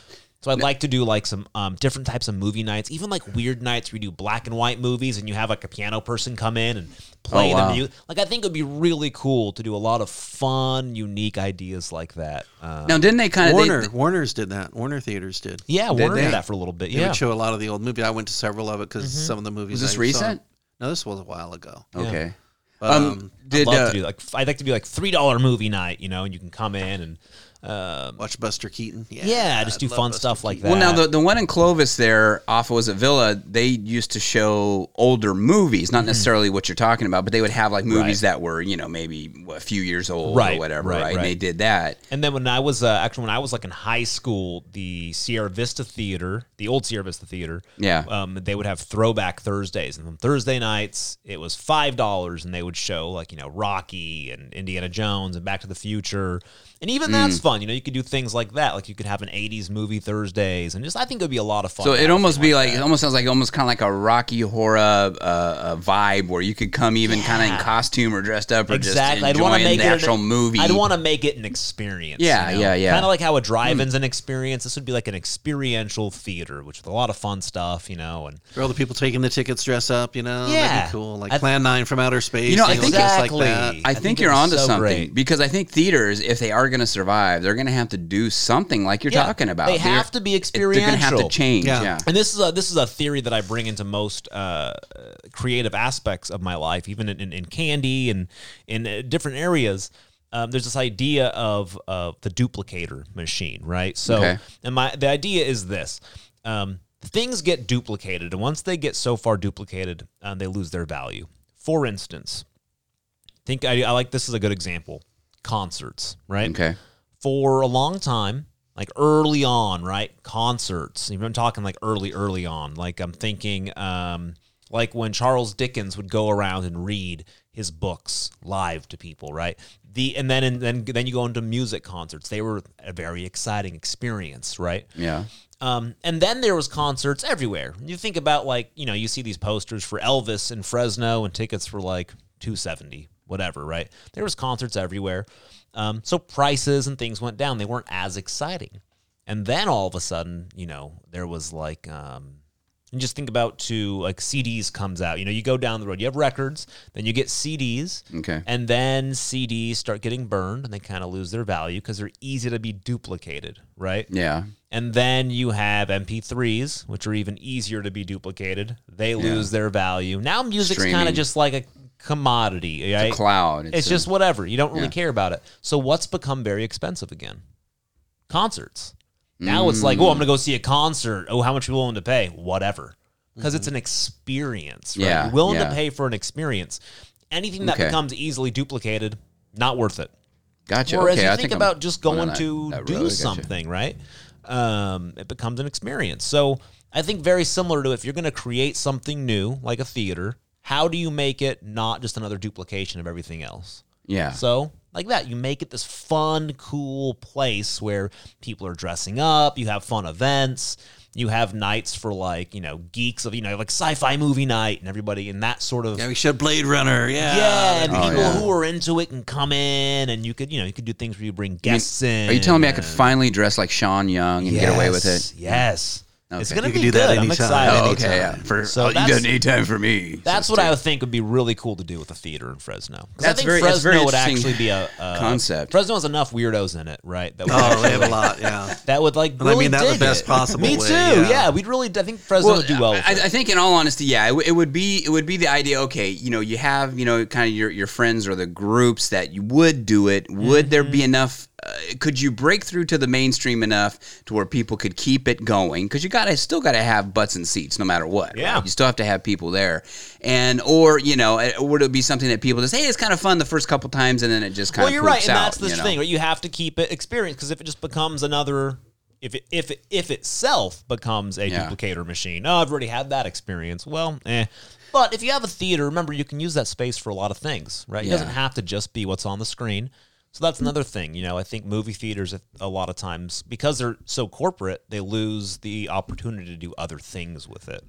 S1: So I'd like to do like some um, different types of movie nights, even like weird nights where you do black and white movies and you have like a piano person come in and play
S3: Oh,
S1: the
S3: wow.
S1: music. Like I think it would be really cool to do a lot of fun, unique ideas like that. Um,
S3: Now, didn't they kind of?
S2: Warner
S3: They,
S2: Warner's did that. Warner theaters did.
S1: yeah, Warner
S2: they?
S1: did that for a little bit.
S2: They
S1: yeah.
S2: would show a lot of the old movies. I went to several of it because some of the movies.
S3: this
S2: I saw-
S3: recent?
S2: No, this was a while ago.
S3: okay.
S2: But, um,
S1: I'd
S3: Did
S1: love
S3: uh,
S1: to do like I'd like to be like three dollar movie night, you know, and you can come in and um
S2: watch Buster Keaton. Yeah,
S1: yeah, just do
S2: I'd love
S1: fun
S2: Buster
S1: stuff like that.
S3: Well, now the, the one in Clovis there off of was it Villa? They used to show older movies,
S1: Mm-hmm.
S3: not necessarily what you're talking about, but they would have like movies that were you know maybe what, a few years old
S1: Right,
S3: or whatever,
S1: right,
S3: right?
S1: right.
S3: And they did that.
S1: and then when I was uh, actually when I was like in high school, the Sierra Vista Theater, the old Sierra Vista Theater,
S3: Yeah.
S1: um, they would have Throwback Thursdays, and on Thursday nights it was five dollars, and they would show like you know Rocky and Indiana Jones and Back to the Future, and even that's
S3: Mm.
S1: fun. You know, you could do things like that, like you could have an '80s movie Thursdays, and just I think it would be a lot of fun.
S3: So
S1: to have
S3: it
S1: a
S3: almost
S1: thing
S3: be
S1: like
S3: like it almost sounds like almost kind of like a Rocky Horror uh, uh, vibe where you could come even kind of in costume or dressed up or
S1: Exactly.
S3: just
S1: I'd want to
S3: enjoying
S1: make
S3: the
S1: it an-
S3: actual movie.
S1: I'd want to make it an experience.
S3: Yeah, yeah, yeah. Hmm.
S1: Kind of like how a drive-in's an experience. This would be like an experiential theater, which is a lot of fun stuff, you know. And
S2: For all the people taking the tickets, dress up. You know, that'd
S1: Yeah.
S2: be cool. Like
S1: I-
S2: Plan Nine from Outer Space.
S3: You know, I think-
S2: just
S1: Exactly.
S2: like that.
S1: I
S3: I
S1: think
S3: think
S1: it
S3: you're
S1: was
S3: onto
S1: so
S3: something
S1: great.
S3: because I think theaters, if they are going to survive, they're going to have to do something like you're
S1: Yeah,
S3: talking about.
S1: they have to be
S3: They're going to have
S1: experiential.
S3: to change.
S2: Yeah.
S3: Yeah.
S1: And this is a this is a theory that I bring into most uh, creative aspects of my life, even in, in, in candy and in uh, different areas. Um, there's this idea of of the duplicator machine, right? So,
S3: Okay.
S1: and my the idea is this: um, things get duplicated, and once they get so far duplicated, um, they lose their value. For instance, think I, I like this is a good example: concerts, right?
S3: Okay.
S1: for a long time, like early on, right? Concerts. Even I'm talking like early, early on. Like I'm thinking, um, like when Charles Dickens would go around and read his books live to people, right? The and then and then then you go into music concerts. They were a very exciting experience, right?
S3: Yeah.
S1: Um, and then there was concerts everywhere. You think about like you know you see these posters for Elvis in Fresno, and tickets were like two seventy, whatever. Right? There was concerts everywhere, um, so prices and things went down. They weren't as exciting. And then all of a sudden, you know, there was like um, and just think about to like CDs comes out. You know, you go down the road, you have records, then you get CDs.
S3: Okay.
S1: And then CDs start getting burned and they kind of lose their value because they're easy to be duplicated, right?
S3: Yeah.
S1: And then you have MP3s, which are even easier to be duplicated. They lose their value. Now music's kind of
S3: Streaming.
S1: just like a commodity. right?
S3: Cloud.
S1: It's
S3: a-
S1: just whatever. You don't really care about it. So what's become very expensive again? Concerts. Now it's like, oh, I'm going to go see a concert. Oh, how much are you willing to pay? Whatever. Because it's an experience. Right?
S3: Mm-hmm. Yeah,
S1: You're willing
S3: yeah.
S1: to pay for an experience. Anything that
S3: Okay.
S1: becomes easily duplicated, not worth it.
S3: gotcha.
S1: Whereas
S3: okay,
S1: you
S3: I
S1: think,
S3: I'm
S1: about just
S3: going
S1: going
S3: on that-
S1: to
S3: that
S1: do
S3: road. I gotcha.
S1: something, right? Um, it becomes an experience. So I think very similar to if you're going to create something new, like a theater, How do you make it not just another duplication of everything else?
S3: Yeah.
S1: So, like that, you make it this fun, cool place where people are dressing up, you have fun events, you have nights for like, you know, geeks of, you know, like sci fi movie night and everybody in that sort of.
S2: Yeah, we should Blade Runner. Yeah.
S1: Yeah, and
S3: Oh,
S1: people
S3: yeah.
S1: who are into it can come in, and you could, you know, you could do things where you bring guests in.
S3: Are you telling me I could
S1: and-
S3: finally dress like Sean Young and get away with
S1: Yes,
S3: it?
S1: Yes, it's
S3: Okay.
S1: gonna
S2: You
S1: be
S2: can do that
S1: good. I'm
S2: anytime.
S1: excited.
S3: Oh,
S2: Anytime.
S3: okay. Yeah. For,
S1: So
S3: oh, you
S1: that's-
S3: got any time for me?
S1: That's what I would think would be really cool to do with a theater in Fresno. Because I
S3: That's
S1: think
S3: very- that's
S1: Fresno
S3: very
S1: would
S3: interesting
S1: actually be a, a
S3: concept.
S1: Fresno has enough weirdos in it, right? That would,
S2: Oh, they have a
S1: actually-
S2: lot. Yeah.
S1: that would like
S2: I
S1: really
S2: mean that the
S1: dig
S2: best
S1: it.
S2: possible
S1: Me
S2: way,
S1: too.
S2: yeah.
S1: Yeah. we'd really. I think Fresno would do well. with
S3: I,
S1: it.
S3: I think, in all honesty, yeah, it, w- it would be it would be the idea. Okay, you know, you have you know kind of your your friends or the groups that you would do it. Would there be
S1: Mm-hmm.
S3: enough? Uh, could you break through to the mainstream enough to where people could keep it going? Because you got to still got to have butts and seats, no matter what.
S1: Yeah.
S3: right? you still have to have people there, and or you know, uh, would it be something that people just hey, it's kind of fun the first couple times, and then it just kind
S1: well,
S3: of
S1: you're right,
S3: poops
S1: and
S3: out,
S1: that's the
S3: you know?
S1: thing. Right, you have to keep it experience because if it just becomes another, if it, if it, if itself becomes a
S3: Yeah.
S1: duplicator machine, oh, I've already had that experience. Well, eh. But if you have a theater, remember you can use that space for a lot of things, right? It doesn't
S3: Yeah. Hmm.
S1: have to just be what's on the screen. So that's another thing, you know. I think movie theaters a lot of times because they're so corporate, they lose the opportunity to do other things with it.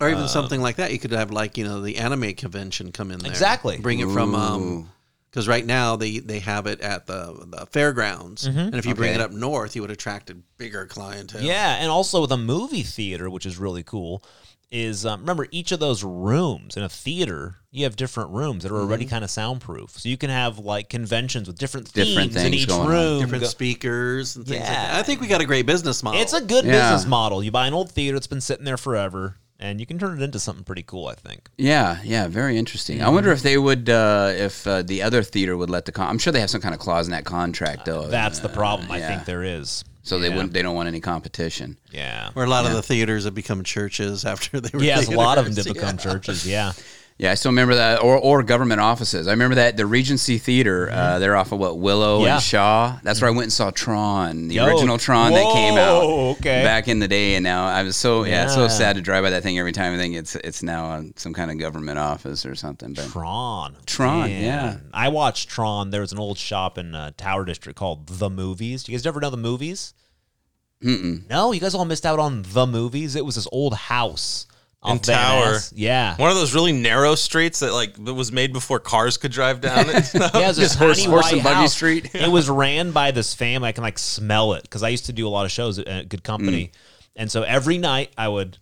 S2: Or
S1: Uh,
S2: even something like that. You could have like you know the anime convention come in there.
S1: Exactly.
S2: Bring it from um because right now they they have it at the the fairgrounds, and if you bring
S3: Okay.
S2: it up north, you would attract a bigger clientele.
S1: Mm-hmm. Yeah, and also with a movie theater, which is really cool, is um, remember each of those rooms in a theater, you have different rooms that are already
S3: Mm-hmm.
S1: kind of soundproof, so you can have like conventions with different,
S3: Different
S1: themes in
S3: things
S1: each
S3: going on.
S1: room.
S2: Different
S1: Go-
S2: speakers and things like that.
S1: Yeah.
S2: I think we got a great business model.
S1: It's a good
S3: Yeah.
S1: business model. You buy an old theater that's been sitting there forever, and you can turn it into something pretty cool. I think.
S3: Yeah, yeah, very interesting. I wonder if they would, uh, if uh, the other theater would let the. Con- I'm sure they have some kind of clause in that contract, though.
S1: That's the problem I
S3: yeah.
S1: think there is.
S3: so they wouldn't. They don't want any competition.
S1: Yeah.
S2: where a lot of the theaters have become churches after they were.
S1: Yeah, it's a lot of them
S2: theaters.
S1: did become churches. Yeah.
S3: Yeah, I still remember that, or, or government offices. I remember that the Regency Theater. Uh, they're off of what Willow
S1: Mm-hmm. Yeah. Mm.
S3: and Shaw. That's where I went and saw Tron, the
S1: Yo,
S3: original Tron that came out
S1: whoa, okay.
S3: back in the day. And now I was so yeah, it's so
S1: Yeah.
S3: sad to drive by that thing every time. I think it's it's now on some kind of government office or something. But
S1: Tron.
S3: Tron,
S1: Man.
S3: yeah.
S1: I watched Tron. There was an old shop in uh, Tower District called The Movies. Do you guys ever know The Movies? Mm-mm. No, you guys all missed out on The Movies. It was this old house
S4: In
S1: off Van
S4: Tower.
S1: Ness. Yeah.
S4: One of those really narrow streets that like was made before cars could drive down it. and stuff.
S1: Yeah, it was this
S3: horse-
S1: tiny
S3: horse
S1: white
S3: and buggy
S1: house.
S3: street.
S1: It was ran by this family. I can like smell it because I used to do a lot of shows at- at Good Company, and so every night I would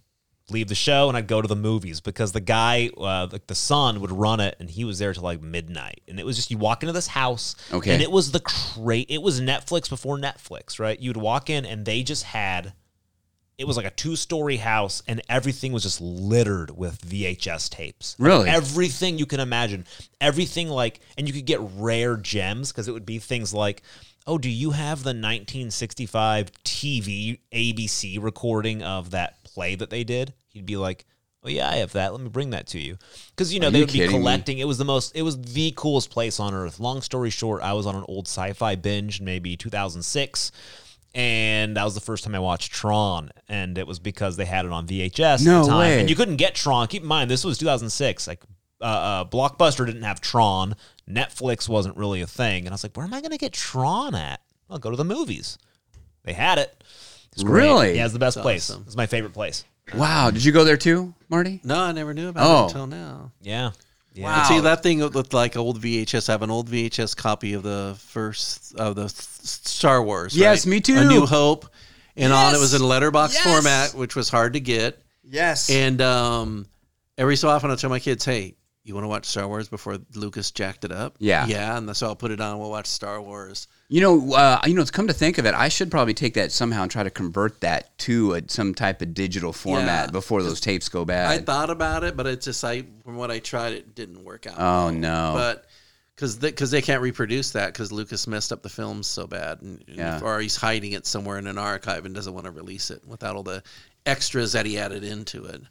S1: leave the show and I'd go to the movies because the guy, uh, like the son, would run it, and he was there till like midnight, and it was just you walk into this house,
S3: Okay.
S1: and it was the cra It was Netflix before Netflix, right? You'd walk in and they just had it was like a two story house and everything was just littered with VHS tapes. Like,
S3: Really?
S1: everything you can imagine. Everything like, and you could get rare gems because it would be things like, oh, do you have the 1965 TV ABC recording of that play that they did? He'd be like, oh, yeah, I have that. Let me bring that to you. Because, you know,
S3: Are
S1: they
S3: you
S1: would be
S3: kidding me?
S1: collecting. It was the most, it was the coolest place on earth. Long story short, I was on an old sci fi binge in maybe 2006 and that was the first time I watched Tron, and it was because they had it on VHS. at
S3: No
S1: the time.
S3: way.
S1: And you couldn't get Tron. Keep in mind, this was 2006. Like, uh, uh, Blockbuster didn't have Tron. Netflix wasn't really a thing, and I was like, "Where am I going to get Tron at? I'll go to the movies." They had it. It was great.
S3: Really?
S1: Yeah, it's the best place.
S2: awesome.
S1: It's my favorite place.
S3: wow, did you go there too, Marty?
S2: No, I never knew about
S3: Oh.
S2: it until now.
S1: Yeah. Yeah.
S3: Wow.
S2: See that thing with like old VHS. I have an old VHS copy of the first of the s- Star Wars.
S3: Yes,
S2: right?
S3: me too.
S2: A New Hope, and on it was
S3: Yes.
S2: in letterbox
S3: Yes.
S2: format, which was hard to get.
S3: Yes.
S2: And um, every so often, I will tell my kids, "Hey, you want to watch Star Wars before Lucas jacked it up?"
S3: Yeah.
S2: yeah. And so I'll put it on. We'll watch Star Wars.
S3: You know, uh, you know. It's come to think of it, I should probably take that somehow and try to convert that to a, some type of digital format
S2: Yeah.
S3: before those tapes go
S2: I
S3: bad.
S2: thought about it, but it's just I from what I tried, it didn't work out.
S3: oh no!
S2: but because because they can't reproduce that because Lucas messed up the films so bad, and, and-
S3: Yeah.
S2: or he's hiding it somewhere in an archive and doesn't want to release it without all the extras that he added into it.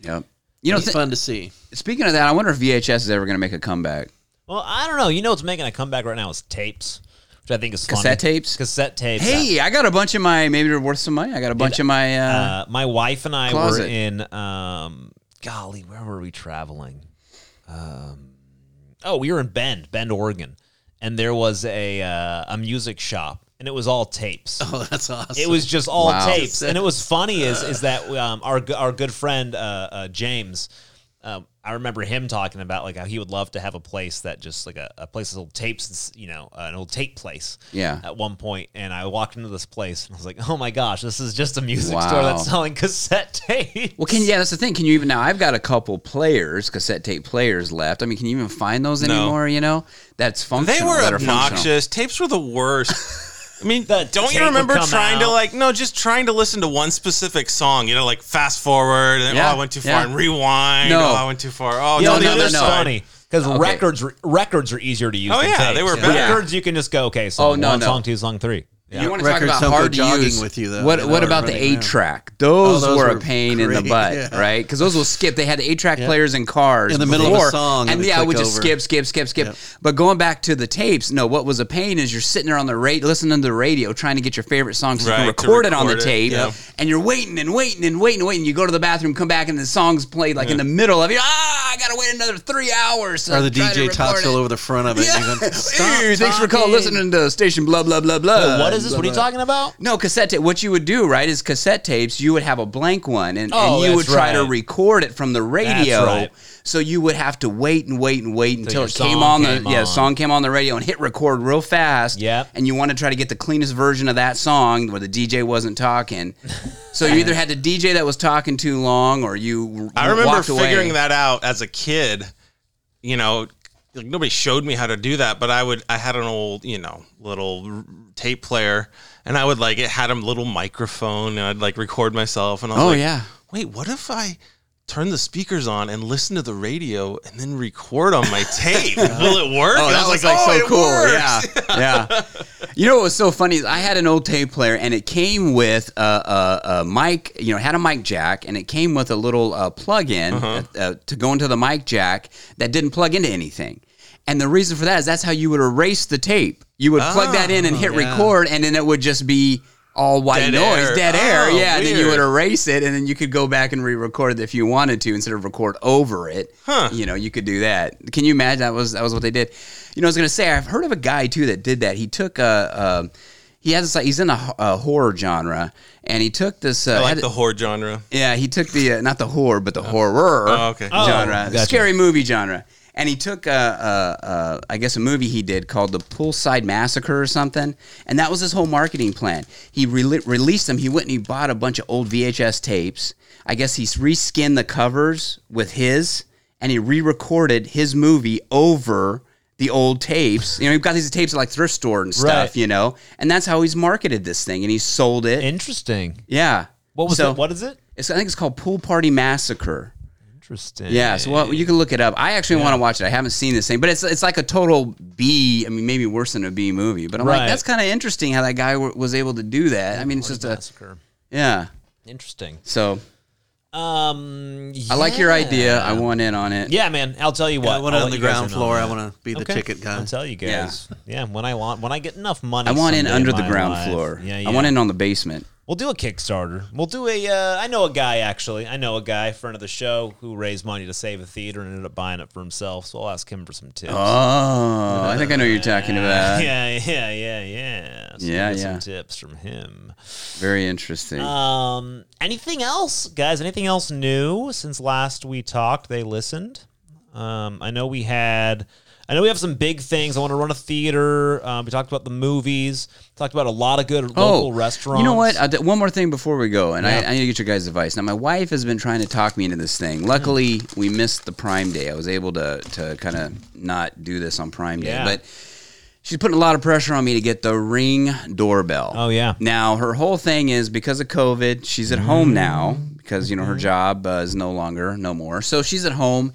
S3: yep. You know,
S2: it's
S3: th-
S2: fun to see.
S3: speaking of that, I wonder if VHS is ever going to make a comeback.
S1: Well, I don't know. You know what's making a comeback right now is tapes, which I think is funny.
S3: Cassette tapes?
S1: Cassette tapes.
S3: Hey, I got a bunch of my. Maybe they're worth some money. I got a bunch of my. Uh,
S1: uh, my wife and I
S3: Closet.
S1: were in um, golly, where were we traveling? oh, we were in Bend, Bend, Oregon, and there was a uh, a music shop, and it was all tapes.
S2: Oh, that's awesome.
S1: It was just all
S3: Wow.
S1: tapes, and it was funny is is that um, our g- our good friend uh, uh, James, um, I remember him talking about like how he would love to have a place that just like a, a place that's old tapes, you know, uh, an old tape place.
S3: Yeah.
S1: At one point, and I walked into this place and I was like, oh my gosh, this is just a music
S3: Wow.
S1: store that's selling cassette tapes.
S3: Well, can yeah, that's the thing. Can you even now? I've got a couple players, cassette tape players left. I mean, can you even find those anymore? You know, that's
S4: They
S3: functional.
S4: were
S3: that are functional.
S4: obnoxious. Tapes were the worst. I mean,
S1: The
S4: don't
S1: tape
S4: you
S1: would
S4: remember
S1: come
S4: trying to
S1: out.
S4: like no, just trying to listen to one specific song? You know, like fast forward and
S3: Yeah,
S4: oh, I went too far
S3: yeah.
S4: and rewind.
S3: No.
S4: Oh, I went too far. Oh,
S1: No,
S3: No,
S4: no, the
S1: no,
S4: other
S1: no,
S3: no,
S1: no.
S4: side.
S1: Funny because
S3: Okay.
S1: records records are easier to use.
S4: Oh,
S1: than
S4: yeah, they
S1: tapes.
S4: were better.
S1: Records you can just go okay. So
S3: Oh,
S1: one
S3: no, no.
S1: song, two song, three. Yeah.
S3: You want to talk
S2: Records
S3: about
S2: don't go
S3: hard to
S2: jogging
S3: use?
S2: with you, though.
S3: What
S2: They
S3: What
S2: don't
S3: about the
S2: run
S3: eight
S2: down.
S3: track? Those,
S2: Oh, those
S3: were a
S2: were
S3: pain in the
S2: great,
S3: butt,
S2: yeah.
S3: right? Because those will skip. They had the eight track players in cars
S2: In the middle of a
S3: before,
S2: song, it
S3: and
S2: would
S3: yeah, we
S2: click
S3: just
S2: over.
S3: skip, skip, skip, skip.
S2: Yep.
S3: But going back to the tapes, no, what was a pain is you're sitting there on the radio, listening to the radio, trying to get your favorite song so you can
S4: Right, to
S3: record it on the
S4: record it,
S3: tape,
S4: yeah.
S3: and you're waiting and waiting and waiting and waiting. You go to the bathroom, come back, and the song's played like in the middle of you. Ah, I gotta wait another three hours. to
S2: or the
S3: try to
S2: DJ
S3: record
S2: talks
S3: it.
S2: all over the front of it.
S3: Yeah.
S2: and you're going, "Stop
S3: Hey, thanks for calling.
S2: talking."
S3: Listening to station blah blah blah blah.
S1: what is this? What are you talking about?
S3: No, cassette tape. What you would do, right, is cassette tapes, you would have a blank one and,
S1: Oh,
S3: and you
S1: that's
S3: would try to
S1: right.
S3: record it from the radio.
S1: right.
S3: So you would have to wait and wait and wait until
S1: your
S3: it came
S1: song
S3: on
S1: came
S3: the yeah,
S1: on.
S3: song came on the radio and hit record real fast.
S1: Yep.
S3: And you want to try to get the cleanest version of that song where the DJ wasn't talking. So you either had the DJ that was talking too long or you
S4: I remember
S3: walked away.
S4: figuring that out as a kid. You know, like nobody showed me how to do that, but I would. I had an old, you know, little r- tape player, and I would like it had a little microphone, and I'd like record myself. And I was
S3: Oh
S4: like,
S3: yeah.
S4: wait, what if I turn the speakers on and listen to the radio and then record on my tape? Will it work?
S3: Oh,
S4: And I
S3: that was like, so
S4: it
S3: cool.
S4: works."
S3: Yeah, "Oh, yeah. you know what was so funny is I had an old tape player and it came with a, a, a mic. You know, it had a mic jack and it came with a little uh, plug-in
S4: Uh-huh.
S3: uh uh, to go into the mic jack that didn't plug into anything. And the reason for that is that's how you would erase the tape. You would plug that in and hit record, and then it would just be all white
S4: Oh, Dead
S3: noise,
S4: air.
S3: dead air.
S4: Oh,
S3: yeah, and then you would
S4: weird.
S3: erase it, and then you could go back and re-record it if you wanted to instead of record over it.
S4: Huh.
S3: You know, you could do that. Can you imagine? That was that was what they did. You know, I was gonna say I've heard of a guy too that did that. He took a. um he has this, like, he's in a, ho- a horror genre, and he took this. Uh,
S4: I
S3: had-
S4: like the horror genre.
S3: yeah, he took the uh, not the horror, but the horror
S4: Oh, okay. Oh,
S3: genre, the
S1: gotcha.
S3: scary movie genre. And he took, uh, uh, uh, I guess, a movie he did called The Poolside Massacre or something. And that was his whole marketing plan. He rele released them. He went and he bought a bunch of old VHS tapes. I guess he reskinned the covers with his, and he re recorded his movie over the old tapes. You know, he got these tapes at like thrift store and stuff,
S1: Right.
S3: you know? And that's how he's marketed this thing. And he sold it.
S1: Interesting.
S3: yeah.
S1: What was
S3: So-
S1: it? What is it?
S3: it's, I think it's called Pool Party Massacre.
S1: Interesting.
S3: Yeah, so what, you can look it up. I actually want to watch it. I haven't seen this thing, but it's it's like a total B. I mean, maybe worse than a B movie. But I'm
S1: Right.
S3: like, that's kind of interesting how that guy w- was able to do that. I mean, it's just a
S1: Massacre.
S3: yeah.
S1: Interesting.
S3: So
S1: Um,
S3: I like your idea. I want in on it.
S1: Yeah, man. I'll tell you what.
S2: I want
S3: Oh,
S1: I'll
S2: it on
S1: let you
S2: the
S1: guys
S2: ground
S1: in
S2: floor.
S1: on
S2: I
S1: that.
S2: want to be the
S1: Okay.
S2: ticket guy.
S1: I'll tell you guys. Yeah. when I want, when I get enough money,
S3: I want in
S1: someday
S3: under the
S1: my
S3: ground
S1: life.
S3: floor.
S1: Yeah,
S3: I
S1: yeah.
S3: want in on the basement.
S1: We'll do a Kickstarter. We'll do a. Uh, I know a guy actually. I know a guy, friend of the show, who raised money to save a theater and ended up buying it for himself. So I'll ask him for some tips.
S3: Oh, I think I know what you're talking about.
S1: yeah, yeah, yeah, yeah. So
S3: Yeah,
S1: we'll get
S3: yeah.
S1: Some tips from him.
S3: Very interesting.
S1: Um, anything else, guys? Anything else new since last we talked? They listened. Um, I know we had. I know we have some big things. I want to run a theater. Um, we talked about the movies. Talked about a lot of good local restaurants.
S3: Oh, You know what? I'll do- one more thing before we go, and I, I need to get your guys' advice. Now, my wife has been trying to talk me into this thing. Luckily, we missed the Prime Day. I was able to to kind of not do this on Prime Day,
S1: Yeah.
S3: but she's putting a lot of pressure on me to get the Ring doorbell.
S1: Oh, yeah.
S3: Now her whole thing is because of COVID, she's at home now because you know her
S1: Mm-hmm.
S3: job uh, is no longer no more. So she's at home.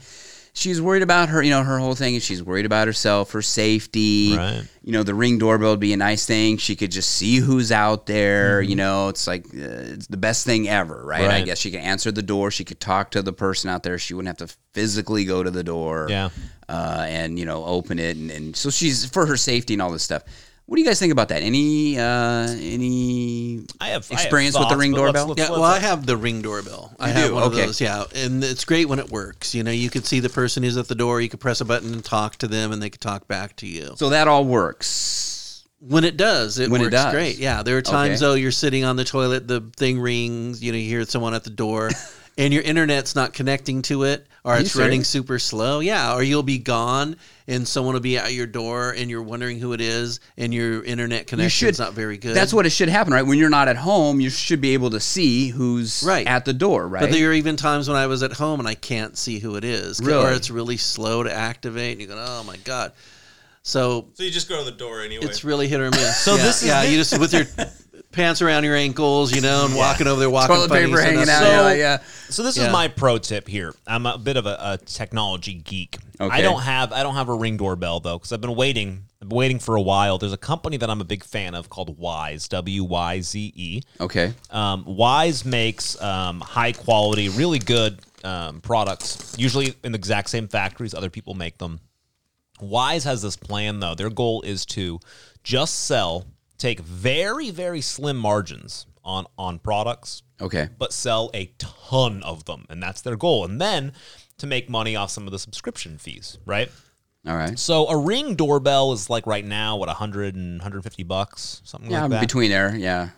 S3: She's worried about her, you know, her whole thing is she's worried about herself, her safety.
S1: Right.
S3: You know, the ring doorbell would be a nice thing. She could just see who's out there. You know, it's like uh, it's the best thing ever, right? I
S1: Mm-hmm. Right.
S3: guess she could answer the door. She could talk to the person out there. She wouldn't have to physically go to the door
S1: Yeah.
S3: uh, and you know open it and, and so she's for her safety and all this stuff What do you guys think about that? Any uh, any
S1: I have I have
S3: experience with
S1: thoughts,
S3: the ring
S1: but let's-
S3: doorbell?
S1: let's-
S2: Yeah,
S1: let's-
S2: well, I have the ring doorbell. I
S3: You
S2: have
S3: do?
S2: one
S3: Okay.
S2: of those. Yeah, and it's great when it works. You know, you could see the person who's at the door. You could press a button and talk to them, and they could talk back to you.
S3: So that all works.
S2: When it does, it
S3: When it
S2: works
S3: does.
S2: great. Yeah, there are times
S3: Okay.
S2: though you're sitting on the toilet, the thing rings. You know, you hear someone at the door, and your internet's not connecting to it, or
S3: you
S2: it's running
S3: serious?
S2: super slow. Yeah, or you'll be gone, and someone will be at your door, and you're wondering who it is, and your internet connection's not very good.
S3: That's what it should happen, right? When you're not at home, you should be able to see who's
S2: Right.
S3: at the door, right?
S2: But there are even times when I was at home and I can't see who it is,
S3: Really?
S2: or it's really slow to activate, and you go, "Oh my god!" So
S4: So you just go to the door anyway.
S2: it's really hit or miss.
S1: So
S2: yeah,
S1: this is
S2: yeah,
S1: the-
S2: you just with your pants around your ankles, you know, and walking over there, walking
S3: Toilet
S2: funny,
S3: paper
S2: so
S3: hanging
S2: that's-
S3: out.
S1: So,
S3: yeah, like, yeah.
S1: so this is
S2: Yeah.
S1: my pro tip here. I'm a bit of a, a technology geek. I
S3: Okay.
S1: don't have I don't have a ring doorbell though because I've been waiting. I've been waiting for a while. There's a company that I'm a big fan of called Wise W Y Z E.
S3: Okay.
S1: Um, Wise makes um, high quality, really good um, products, usually in the exact same factories other people make them. Wise has this plan though. Their goal is to just sell, take very very slim margins on on products
S3: Okay.
S1: but sell a ton of them. And that's their goal. And then to make money off some of the subscription fees, right?
S3: All right.
S1: So a ring doorbell is like right now, what, 100 and 150 bucks, something
S3: Yeah,
S1: like that.
S3: between there. Yeah.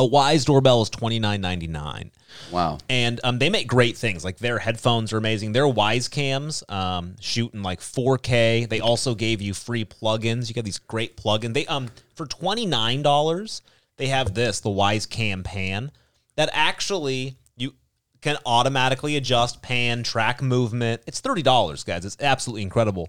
S1: a wise doorbell is twenty nine ninety nine.
S3: Wow.
S1: And um, they make great things. Like their headphones are amazing. Their Wise cams um, shoot in like 4K. They also gave you free plugins. You got these great plugins. They um for twenty nine dollars they have this the Wise Cam Pan that actually you can automatically adjust pan track movement. It's thirty dollars, guys. It's absolutely incredible.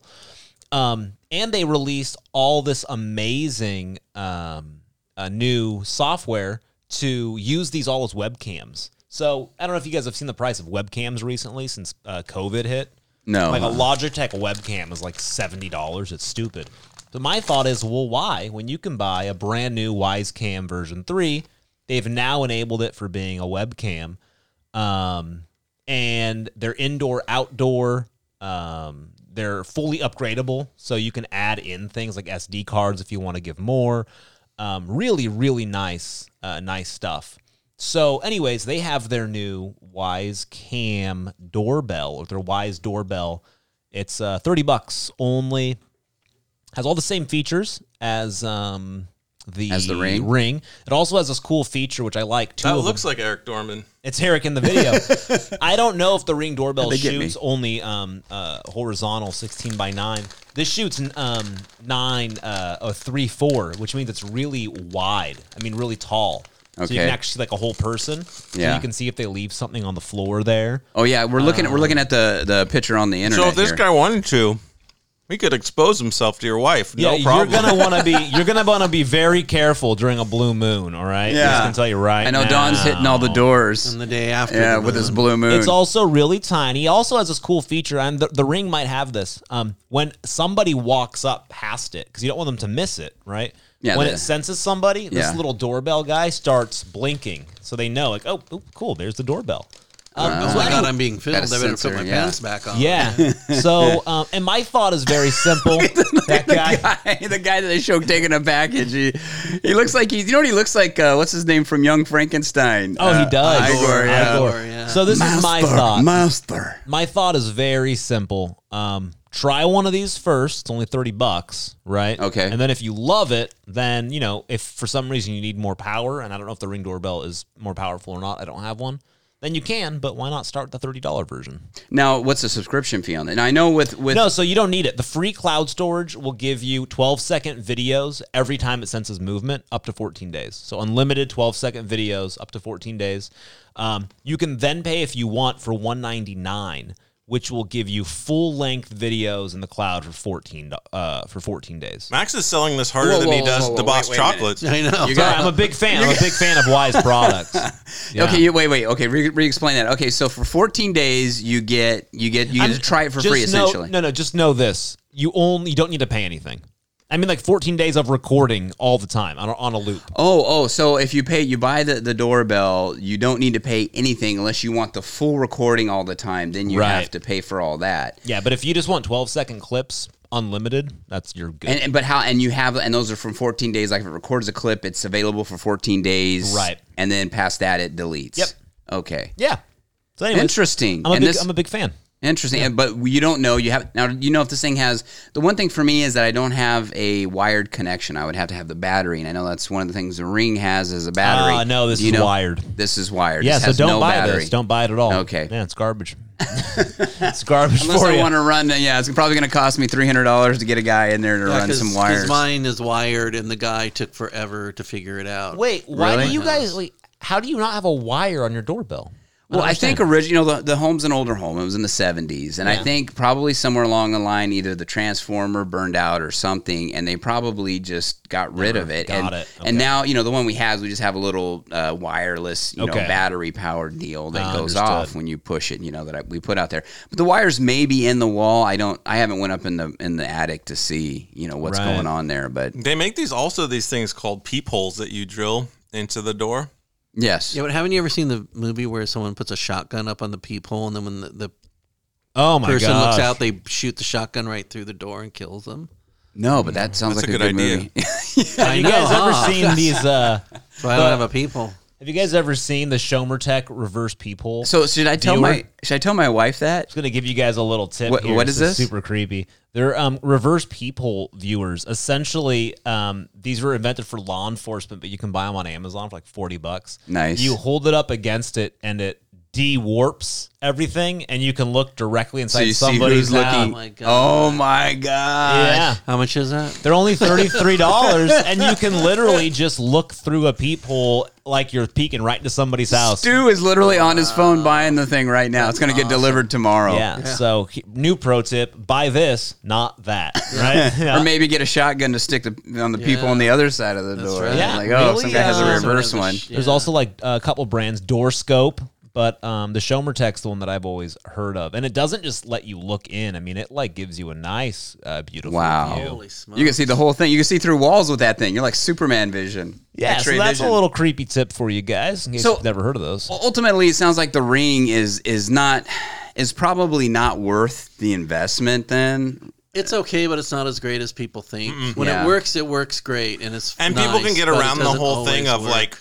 S1: Um, and they released all this amazing um, uh, new software to use these all as webcams. So I don't know if you guys have seen the price of webcams recently since uh, COVID hit.
S3: No.
S1: Like a Logitech webcam is like seventy dollars. It's stupid. So my thought is, well, why? When you can buy a brand new Wisecam version three, they've now enabled it for being a webcam, um, and they're indoor, outdoor. Um, they're fully upgradable, so you can add in things like SD cards if you want to give more. Um, really, really nice, uh, nice stuff. So, anyways, they have their new Wise Cam doorbell or their Wise doorbell. It's uh, thirty bucks only. Has all the same features as um, the
S3: As the Ring?
S1: It also has this cool feature which I like. Two
S4: that
S1: of them.
S4: looks like Eric Dorman.
S1: It's Herrick in the video. I don't know if the ring doorbell
S3: They get me.
S1: shoots only um, uh, horizontal, sixteen by nine. This shoots um, nine uh, or three four, which means it's really wide. I mean, really tall. So you
S3: Okay.
S1: can actually see like a whole person. So
S3: Yeah.
S1: you can see if they leave something on the floor there.
S3: Oh yeah, we're looking at we're looking at the the picture on the internet.
S4: So if this
S3: here.
S4: guy wanted to, he could expose himself to your wife.
S1: Yeah,
S4: no problem.
S1: you're gonna want to be you're gonna want to be very careful during a blue moon. All right, I'm just
S3: Yeah.
S1: gonna tell you right.
S3: I know Don's hitting all the
S1: now.
S3: doors.
S2: And the day after,
S3: Yeah,
S2: the
S3: with his
S2: moon.
S3: blue moon.
S1: It's also really tiny. It also has this cool feature, and the, the ring might have this. Um, when somebody walks up past it, because you don't want them to miss it, right?
S3: Yeah,
S1: when
S3: the-
S1: it senses somebody, this
S3: Yeah.
S1: little doorbell guy starts blinking, so they know, like, oh, oop, cool, there's the doorbell. Um,
S3: uh,
S2: Oh
S1: so
S2: my
S1: anyway-
S2: god, I'm being filmed. I
S3: Gotta
S2: better
S3: censor,
S2: put my
S3: yeah.
S2: pants back on.
S1: yeah. So, um, and my thought is very simple. that guy,
S3: the guy that they show taking a package. He, he looks like he's you know what he looks like. Uh, what's his name from Young Frankenstein?
S1: Oh, he
S3: Uh,
S1: does.
S3: Igor, yeah.
S1: Igor.
S2: Igor, yeah.
S1: So this is my thought.
S3: Master.
S1: my thought is very simple. Um, try one of these first. It's only thirty bucks, right?
S3: Okay.
S1: And then if you love it, then you know if for some reason you need more power, and I don't know if the Ring doorbell is more powerful or not. I don't have one. Then you can, but why not start the thirty dollar version?
S3: Now, what's the subscription fee on it? And I know with with
S1: No, so you don't need it. The free cloud storage will give you 12 second videos every time it senses movement up to 14 days. So unlimited 12 second videos up to 14 days. Um, you can then pay if you want for 199, which will give you full length videos in the cloud for 14 do- uh, for 14 days.
S4: Max is selling this harder
S3: Whoa,
S4: than he
S3: whoa,
S4: does
S3: whoa,
S4: the
S3: whoa,
S4: boss
S3: wait, wait a minute.
S4: chocolates.
S2: I know.
S3: You
S1: Sorry,
S3: got-
S1: I'm a big fan. I'm a big fan of Wise products. Yeah.
S3: Okay, you, wait, wait. Okay, re- re-explain that. Okay, so for 14 days you get you get you get to try it for
S1: Just
S3: free
S1: know-
S3: essentially.
S1: No, no, just know this: you only you don't need to pay anything. I mean, like 14 days of recording all the time on a, on a loop.
S3: Oh, oh, so if you pay you buy the, the doorbell, you don't need to pay anything unless you want the full recording all the time, then you
S1: Right.
S3: have to pay for all that.
S1: Yeah, but if you just want 12 second clips, unlimited, that's your good.
S3: And, and but how and you have and those are from 14 days. Like if it records a clip, it's available for 14 days.
S1: Right.
S3: And then past that, it deletes.
S1: Yep.
S3: Okay.
S1: yeah. So anyways,
S3: Interesting.
S1: I'm a,
S3: and
S1: big,
S3: this
S1: I'm a big fan.
S3: interesting. and- But you don't know. You have now. You know if this thing has the one thing for me is that I don't have a wired connection. I would have to have the battery, and I know that's one of the things the Ring has is a battery.
S1: Ah, no, this
S3: Do you
S1: is
S3: know-
S1: wired.
S3: This is wired.
S1: Yeah,
S3: This
S1: so
S3: has
S1: don't
S3: no
S1: buy
S3: battery.
S1: this. Don't buy it at all.
S3: Okay.
S1: Yeah, it's garbage. it's garbage
S3: Unless
S1: for
S3: I
S1: you.
S3: want to run, yeah, it's probably going to cost me three hundred dollars to get a guy in there to run some wires.
S2: mine is wired, and the guy took forever to figure it out.
S1: Wait, why do
S3: Really?
S1: you guys? Wait, how do you not have a wire on your doorbell?
S3: Well, I
S1: understand.
S3: think original you know, the, the home's an older home. It was in the 70s. And I think probably somewhere along the line, either the transformer burned out or something, and they probably just got rid of it.
S1: Got
S3: and,
S1: it.
S3: and now, you know, the one we have, we just have a little uh, wireless, you
S1: Okay.
S3: know, battery powered deal that
S1: Ah,
S3: goes
S1: understood.
S3: off when you push it, you know, that I, we put out there. But the wires may be in the wall. I don't, I haven't went up in the in the attic to see, you know, what's
S1: Right.
S3: going on there. But
S4: They make these also these things called peepholes that you drill into the door.
S3: yes.
S2: Yeah, but haven't you ever seen the movie where someone puts a shotgun up on the peephole, and then when the, the
S1: Oh my
S2: person
S1: gosh.
S2: looks out, they shoot the shotgun right through the door and kills them?
S3: No, but that sounds
S4: That's
S3: like a,
S4: a
S3: good,
S4: good idea.
S3: movie.
S1: Have you guys ever seen these? Uh,
S2: Why don't I have a peephole?
S1: have you guys ever seen the Schomertech reverse peephole?
S3: so should I tell
S1: Viewer?
S3: my should I tell my wife that?
S1: just gonna give you guys a little tip.
S3: What-
S1: here.
S3: what is this?
S1: Super creepy. They're um, reverse peephole viewers. Essentially, um, these were invented for law enforcement, but you can buy them on Amazon for like forty bucks.
S3: Nice.
S1: You hold it up against it, and it de-warps everything, and you can look directly inside
S3: So you see
S1: somebody's
S3: who's
S1: house.
S3: looking.
S2: Oh my God.
S3: Oh my god!
S1: Yeah.
S2: How much is that?
S1: They're only $33, and you can literally just look through a peephole like you're peeking right into somebody's house.
S3: Stu is literally on his phone buying the thing right now. it's going to get delivered tomorrow.
S1: Yeah, so he- new pro tip buy this, not that, right? Yeah.
S3: Or maybe get a shotgun to stick the, on the people on the other side of the door.
S2: right.
S1: Yeah,
S3: Like, oh,
S1: really?
S3: some guy has a
S1: Yeah.
S3: reverse
S2: Some of the
S3: one.
S2: sh-
S1: There's
S2: Yeah.
S1: also like a couple brands, Door Scope, but um, the Schomertech's the one that I've always heard of. And it doesn't just let you look in, I mean, it like gives you a nice, uh, beautiful
S3: Wow.
S1: view.
S2: Holy smokes!
S3: You can see the whole thing. You can see through walls with that thing. You're like Superman vision.
S1: Yeah, so
S3: X-ray
S1: that's
S3: vision.
S1: a little creepy tip for you guys in case
S3: So-
S1: you've never heard of those.
S3: Well, ultimately, it sounds like the ring is is not is probably not worth the investment. Then
S2: It's okay, but it's not as great as people think. When
S3: Yeah.
S2: it works, it works great, and it's
S4: And
S2: nice,
S4: people can get
S2: but it
S4: around the
S2: doesn't
S4: whole thing
S2: always
S4: of
S2: work.
S4: like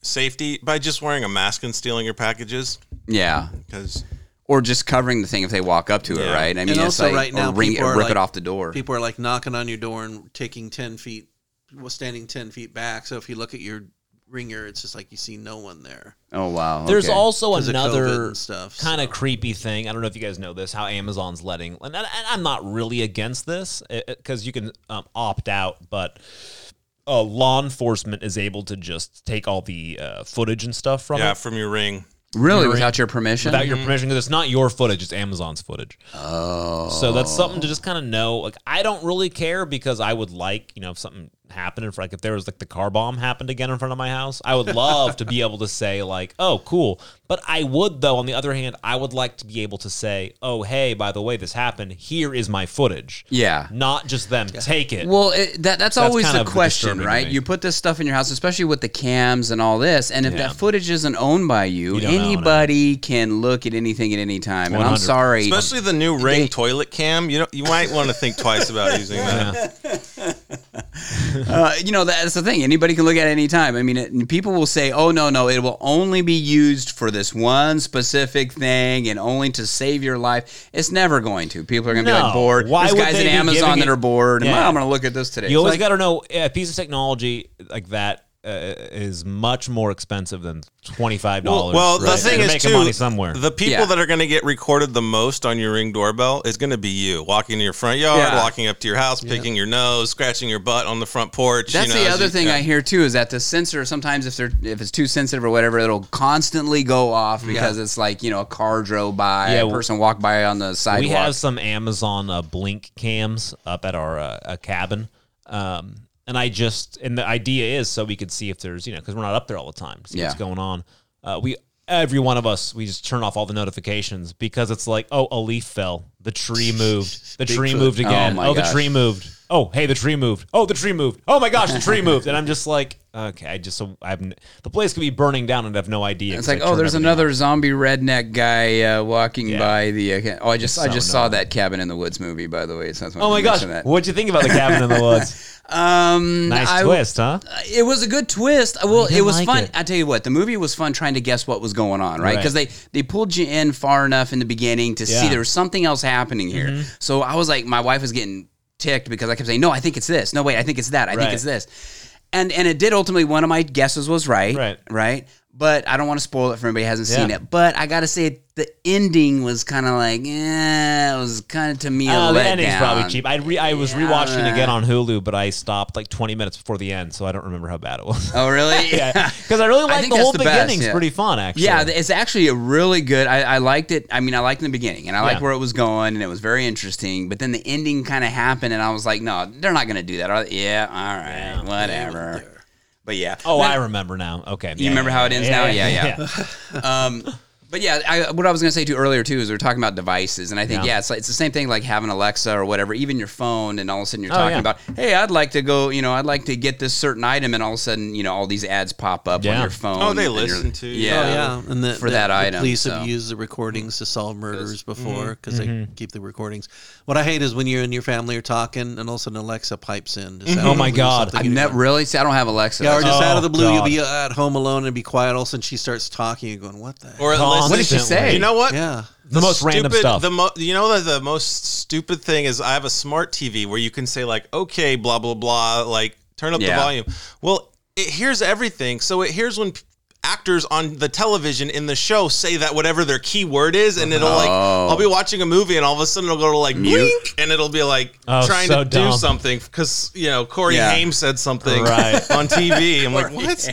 S4: safety by just wearing a mask and stealing your packages
S3: yeah,
S4: because
S3: or just covering the thing if they walk up to it,
S4: Yeah.
S3: right? I mean,
S2: and
S3: it's
S2: also
S3: like
S2: right
S3: or
S2: now,
S3: ring it,
S2: people are
S3: rip
S2: like-
S3: it off the door.
S2: People are like knocking on your door and taking ten feet, well, standing ten feet back. So if you look at your ringer, it's just like you see no one there.
S3: oh wow!
S1: There's
S3: okay.
S1: also
S2: 'Cause of COVID
S1: another
S2: and stuff,
S1: kind of creepy thing. I don't know if you guys know this, how Amazon's letting, and, and I'm not really against this because you can um, opt out, but uh, law enforcement is able to just take all the uh, footage and stuff from
S4: yeah,
S1: it
S4: from your ring.
S3: Really, without your permission?
S1: without your permission because it's not your footage, it's Amazon's footage.
S3: oh,
S1: So that's something to just kind of know. Like I don't really care because I would like, you know, if something happened in front, like if there was like the car bomb happened again in front of my house, I would love to be able to say like, oh, cool. But I would though. On the other hand, I would like to be able to say, oh, hey, by the way, this happened. Here is my footage.
S3: yeah.
S1: Not just them take it.
S3: Mm-hmm. Well, it, that that's always
S1: kind
S3: the
S1: of
S3: question,
S1: disturbing to
S3: right?
S1: me.
S3: You put this stuff in your house, especially with the cams and all this, and if
S1: Yeah.
S3: that footage isn't owned by you,
S1: You don't own it.
S3: anybody can look at anything at any time. And I'm
S1: 100.
S3: sorry.
S4: Especially the new ring toilet cam. You know, you might want to think twice about using that.
S3: Uh, you know, that's the thing. Anybody can look at it any time. I mean, it, and people will say, oh, no, no, it will only be used for this one specific thing and only to save your life. It's never going to. People are going to be
S1: No.
S3: like bored.
S1: Why
S3: There's
S1: would
S3: guys
S1: they
S3: at
S1: be
S3: Amazon
S1: giving
S3: that
S1: it-
S3: are bored. and,
S1: Yeah.
S3: "Well, I'm going to look at this today.
S1: You
S3: It's
S1: always
S3: like-
S1: got to know a piece of technology like that uh, is much more expensive than twenty five dollars.
S4: Well, the
S1: You're
S4: thing
S1: gonna
S4: is
S1: make
S4: too,
S1: money somewhere.
S4: the people
S3: Yeah.
S4: that are going to get recorded the most on your ring doorbell is going to be you walking to your front yard,
S3: Yeah.
S4: walking up to your house, picking your nose, scratching your butt on the front porch. you
S3: That's
S4: know,
S3: the
S4: as
S3: other
S4: you-
S3: thing
S4: yeah.
S3: I hear too is that the sensor sometimes if they're if it's too sensitive or whatever, it'll constantly go off because it's like you know a car drove by,
S1: Yeah,
S3: a
S1: w-
S3: person walked by on the sidewalk.
S1: We have some Amazon uh, Blink cams up at our uh, uh, cabin, um, and I just and the idea is so we could see if there's you know because we're not up there all the time, to see what's
S3: Yeah.
S1: going on. Uh, we every one of us we just turn off all the notifications because it's like oh a leaf fell, the tree moved, the tree moved again,
S3: my
S1: oh, the
S3: gosh.
S1: tree moved, oh hey the tree moved, oh the tree moved, oh my gosh the tree moved, and I'm just like Okay, I just so I've n- the place could be burning down and I have no idea. 'cause
S3: It's
S1: I
S3: like, oh,
S1: turned
S3: there's
S1: everything
S3: another zombie redneck guy uh, walking
S1: Yeah.
S3: by the. Uh, ca- oh, I just I
S1: So
S3: just saw
S1: annoying.
S3: that Cabin in the Woods movie, by the way. So that's why
S1: off. Oh my
S3: I
S1: gosh,
S3: mentioned that.
S1: what'd you think about the cabin in the woods?
S3: Um,
S1: Nice
S3: I-
S1: twist, huh?
S3: It was a good twist. Uh, Well,
S1: didn't
S3: it was
S1: like
S3: fun.
S1: it.
S3: I tell you what, the movie was fun trying to guess what was going on, right?
S1: Right.
S3: Because they they pulled you in far enough in the beginning to see
S1: Yeah. Mm-hmm.
S3: there was something else happening here. So I was like, my wife was getting ticked because I kept saying, "No, I think it's this. No, wait, I think it's that. I
S1: Right.
S3: think it's this." And and it did ultimately. One of my guesses was right.
S1: Right.
S3: Right. But I don't want to spoil it for anybody who hasn't seen
S1: Yeah.
S3: it. But I got to say, the ending was kind of like, eh, it was kind of to me a
S1: Uh, the
S3: letdown.
S1: ending's probably cheap. I re- I was rewatching it
S3: Yeah.
S1: again on Hulu, but I stopped like 20 minutes before the end, so I don't remember how bad it was.
S3: Oh, really?
S1: yeah, because I really
S3: I
S1: like
S3: think
S1: the
S3: that's
S1: whole
S3: the best,
S1: beginning's
S3: yeah.
S1: pretty fun actually.
S3: Yeah, th- it's actually a really good. I, I liked it. I mean, I liked it in the beginning, and I liked
S1: Yeah.
S3: where it was going, and it was very interesting. But then the ending kind of happened, and I was like, "No, they're not going to do that." Are they? Yeah, all right, whatever. But yeah,
S1: oh,
S3: But-
S1: I remember now. Okay,
S3: you remember how it ends now? Yeah, yeah. um, but yeah, I, what I was going to say too earlier too is we are talking about devices, and I think
S1: Yeah.
S3: yeah, it's like, it's the same thing like having Alexa or whatever, even your phone, and all of a sudden you're
S1: Oh,
S3: talking
S1: yeah.
S3: about, hey, I'd like to go, you know, I'd like to get this certain item, and all of a sudden, you know, all these ads pop up
S1: Yeah.
S3: on your phone.
S4: Oh, they
S3: and you're-
S4: listen to you.
S3: yeah,
S2: Oh, yeah, and the,
S3: For
S2: the-
S3: that
S2: the
S3: item,
S2: police
S3: so.
S2: have used the recordings to solve murders before
S3: Mm-hmm.
S2: because they keep the recordings. What I hate is when you and your family are talking, and all of a sudden Alexa pipes in. to say,
S1: Oh my
S2: "Ooh,
S1: God.
S2: something
S3: Mm-hmm. I've
S2: you didn't
S3: never really. See, I don't have Alexa.
S2: Yeah, or just
S1: Oh,
S2: out of the blue,
S1: God.
S2: you'll be at home alone and be quiet. All of a sudden, she starts talking. You're going, "What the?" heck?"
S4: Or at least-
S1: What did she say?
S4: You know what?
S2: yeah,
S1: the most random
S4: stupid-
S1: stuff.
S4: The mo- you know the, the most stupid thing is I have a smart TV where you can say like, okay, blah blah blah, like turn up
S3: Yeah.
S4: the volume. Well, it hears everything, so it hears when p- actors on the television in the show say that whatever their keyword is, and it'll like
S3: Oh.
S4: I'll be watching a movie and all of a sudden it'll go to like mute, and it'll be like
S1: Oh,
S4: trying
S1: so
S4: to
S1: dumb.
S4: do something because you know Corey
S3: Yeah.
S4: Haim said something
S1: Right.
S4: on TV. I'm like, what?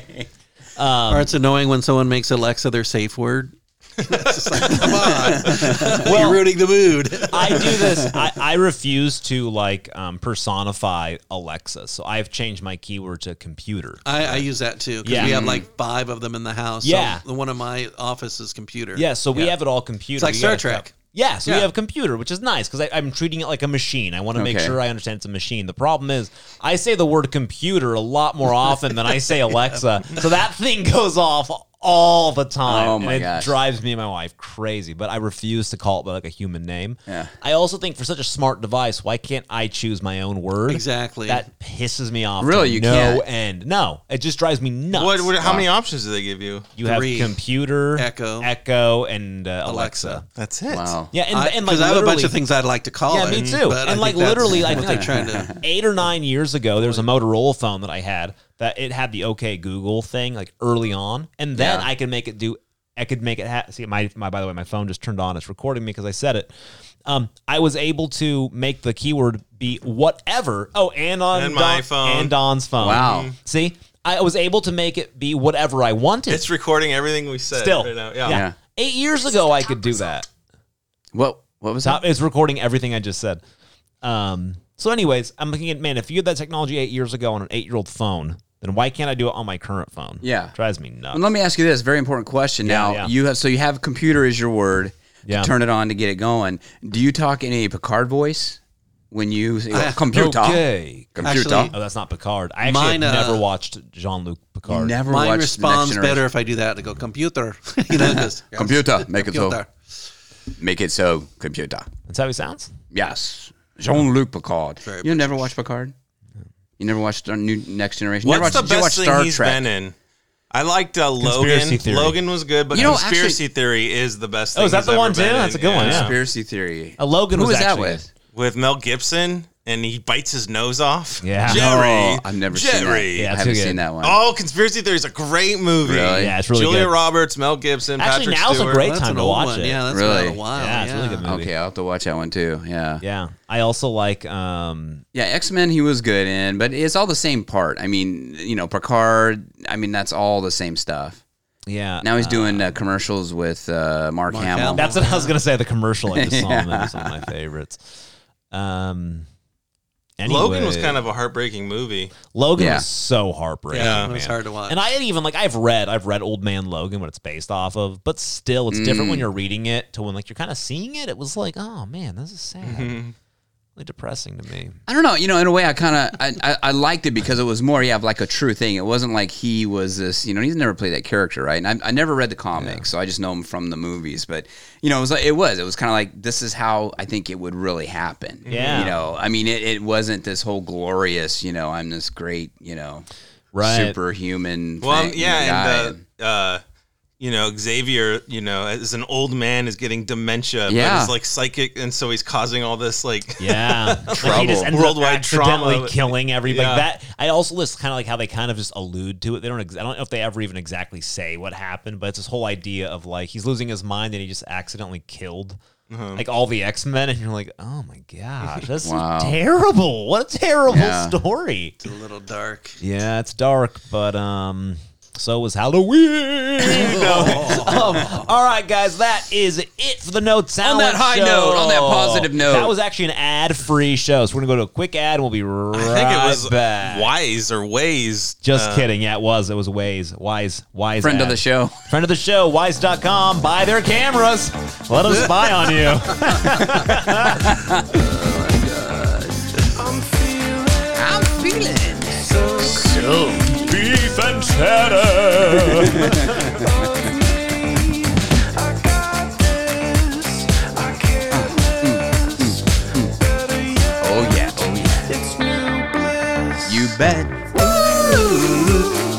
S1: Um,
S2: or it's annoying when someone makes Alexa their safe word. it's just like, come on, you're ruining the mood.
S1: I do this. I, I refuse to like um, personify Alexa, so I've changed my keyword to computer.
S2: I, I use that too because
S1: Yeah. Mm-hmm.
S2: we have like five of them in the house.
S1: Yeah.
S2: so the one in my office is computer.
S1: Yeah, so we have it all computer.
S2: It's like
S1: We
S2: Star
S1: gotta
S2: Trek.
S1: stop- Yeah, so we
S2: Yeah.
S1: have computer, which is nice because I'm treating it like a machine. I want to make
S3: Okay.
S1: sure I understand it's a machine. The problem is, I say the word computer a lot more often than I say Alexa, so that thing goes off all the time.
S3: Oh
S1: and
S3: my
S1: it
S3: gosh.
S1: drives me and my wife crazy. But I refuse to call it by like a human name.
S3: Yeah.
S1: I also think for such a smart device, why can't I choose my own word?
S2: Exactly.
S1: That pisses me off.
S3: Really,
S1: to
S3: you
S1: no
S3: can't?
S1: end. No, it just drives me nuts.
S4: What, what- how many options do they give you?
S1: you have
S2: Three.
S1: computer,
S2: Echo.
S1: Echo, and uh,
S2: Alexa.
S1: Alexa.
S4: That's it.
S3: Wow.
S1: Yeah, and,
S2: Because
S1: and like
S2: I have a bunch
S1: literally-
S2: of things I'd like to call
S1: Yeah,
S2: it.
S1: me too.
S2: but I
S1: And like
S2: think that's
S1: literally, I
S2: what
S1: think
S2: they're
S1: like
S2: trying to.
S1: eight or nine years ago, there was a Motorola phone that I had that it had the OK Google thing like early on, and then
S3: Yeah.
S1: I could make it do. I could make it ha- see my my. By the way, my phone just turned on. It's recording me because I said it. Um, I was able to make the keyword be whatever. Oh, and on
S4: And my
S1: Don-
S4: phone.
S1: and Don's phone.
S3: Wow.
S1: See, I was able to make it be whatever I wanted.
S4: It's recording everything we said
S1: still
S4: right now.
S1: yeah.
S4: yeah.
S3: Yeah.
S1: Eight years ago, I could do that.
S3: What? What was
S1: Top, Uh, it's recording everything I just said. Um, so, anyways, I'm looking at man. If you had that technology eight years ago on an eight year old phone, then why can't I do it on my current phone?
S3: Yeah.
S1: drives me
S3: And
S1: nuts.
S3: let me ask you this very important question. now
S1: yeah.
S3: you have so you have computer as your word.
S1: Yeah.
S3: To turn it on to get it going. Do you talk in a Picard voice when you say "Oh,
S2: I-
S3: computer?
S1: Ah, Okay.
S3: Computer.
S2: Actually-
S1: Oh, that's not Picard. I actually
S2: Mine,
S1: have
S2: uh,
S1: never watched Jean Luc Picard.
S3: Never
S2: Mine
S3: watched The Next
S2: responds
S3: Generation.
S2: better if I do that. I go computer, you know, 'cause-
S3: Computer, make it so.
S2: computer.
S3: Make it so. Computer.
S1: That's how he sounds.
S3: Yes. Jean Luc Picard. you never watched Picard. You never watched our new Next Generation. You never
S4: What's the
S3: watched, did you watch
S4: best thing
S3: Star
S4: he's
S3: Trek?
S4: been in? I liked uh,
S1: Conspiracy
S4: Logan.
S1: theory.
S4: Logan was good, but
S3: You know,
S4: conspiracy theory is the best. thing
S1: Oh, is that
S4: he's
S1: the
S4: ever
S1: one, too?
S4: been in.
S1: That's a good one, yeah.
S3: Conspiracy theory.
S1: Uh, Logan
S3: Who
S1: was
S3: was that
S1: actually
S3: with?
S4: With Mel Gibson, and he bites his nose off.
S1: Yeah.
S4: Jerry.
S3: Oh, I've never seen that.
S4: Jerry.
S1: Yeah,
S3: I
S1: too
S3: haven't
S1: good.
S3: seen that one.
S4: Oh, conspiracy theory is a great movie.
S3: Really?
S1: Yeah, it's really
S4: Julia
S1: good.
S4: Roberts, Mel Gibson,
S1: Actually,
S4: Patrick
S1: now's a
S4: Stewart.
S1: great
S2: That's
S1: time
S2: an
S1: to
S2: old
S1: watch
S2: one.
S1: it.
S2: Yeah, that's
S3: Really?
S2: really? a while.
S1: Yeah, it's really good movie.
S3: Okay, I'll have to watch that one too. Yeah.
S1: Yeah, I also like. um
S3: Yeah, X Men he was good in, but it's all the same part. I mean, you know, Picard. I mean, that's all the same stuff.
S1: Yeah,
S3: Now he's doing uh, commercials with uh, Mark,
S2: Mark
S3: Hamill.
S2: Hamill.
S1: That's what I was gonna say. The commercial I just saw him in was one of my favorites. Um,
S4: Logan was
S1: anyway.
S4: kind of a heartbreaking movie.
S1: Logan
S3: Yeah.
S1: was so heartbreaking.
S4: Yeah.
S2: It was
S1: man.
S2: hard to watch.
S1: And I had even like I've read I've read Old Man Logan what it's based off of, but
S2: Mm-hmm.
S1: still it's different when you're reading it to when like you're kind of seeing it. It was like, oh man, this is sad. really depressing to me.
S3: I don't know. You know, in a way, I kind of I, I, I liked it because it was more yeah of like a true thing. It wasn't like he was this. You know, he's never played that character, right? And I, I never read the comics, so I just know him from the movies. But you know, it was like, it was it was kind of like this is how I think it would really happen.
S1: Yeah.
S3: You know, I mean, it, it wasn't this whole glorious. You know, I'm this great. You know,
S1: Right.
S3: superhuman.
S4: Well,
S3: thing,
S4: yeah,
S3: guy.
S4: and uh, uh, you know Xavier, you know, as an old man is getting dementia,
S3: Yeah.
S4: but he's like psychic, and so he's causing all this like.
S1: Yeah, Like he
S3: Trouble.
S1: just ended
S4: Worldwide
S1: up accidentally
S4: trauma.
S1: killing everybody.
S4: Yeah.
S1: That I also list kind of like how they kind of just allude to it. They don't. Ex- I don't know if they ever even exactly say what happened, but it's this whole idea of like he's losing his mind and he just accidentally killed.
S4: Uh-huh.
S1: Like all the X Men, and you're like, oh my gosh, that's
S3: Wow.
S1: terrible! What a terrible
S3: Yeah.
S1: story.
S2: It's a little dark.
S1: Yeah, it's dark, but um, so was Halloween. No. Um, all right, guys, that is it for the No Talent
S3: that high
S1: Show.
S3: note, on that positive note.
S1: that was actually an ad-free show. So we're gonna go to a quick ad, and we'll be right
S4: I think it was
S1: back.
S4: Wise or Ways.
S1: Just kidding. Yeah, it was. It was Waze. Wise. Wise.
S3: uh, friend of
S1: ad.
S3: the show.
S1: Friend of the show. Wise.com. Buy their cameras. Let them spy on you.
S3: I'm feeling
S1: Beef and cheddar.
S3: Oh yeah, oh yeah. You bet.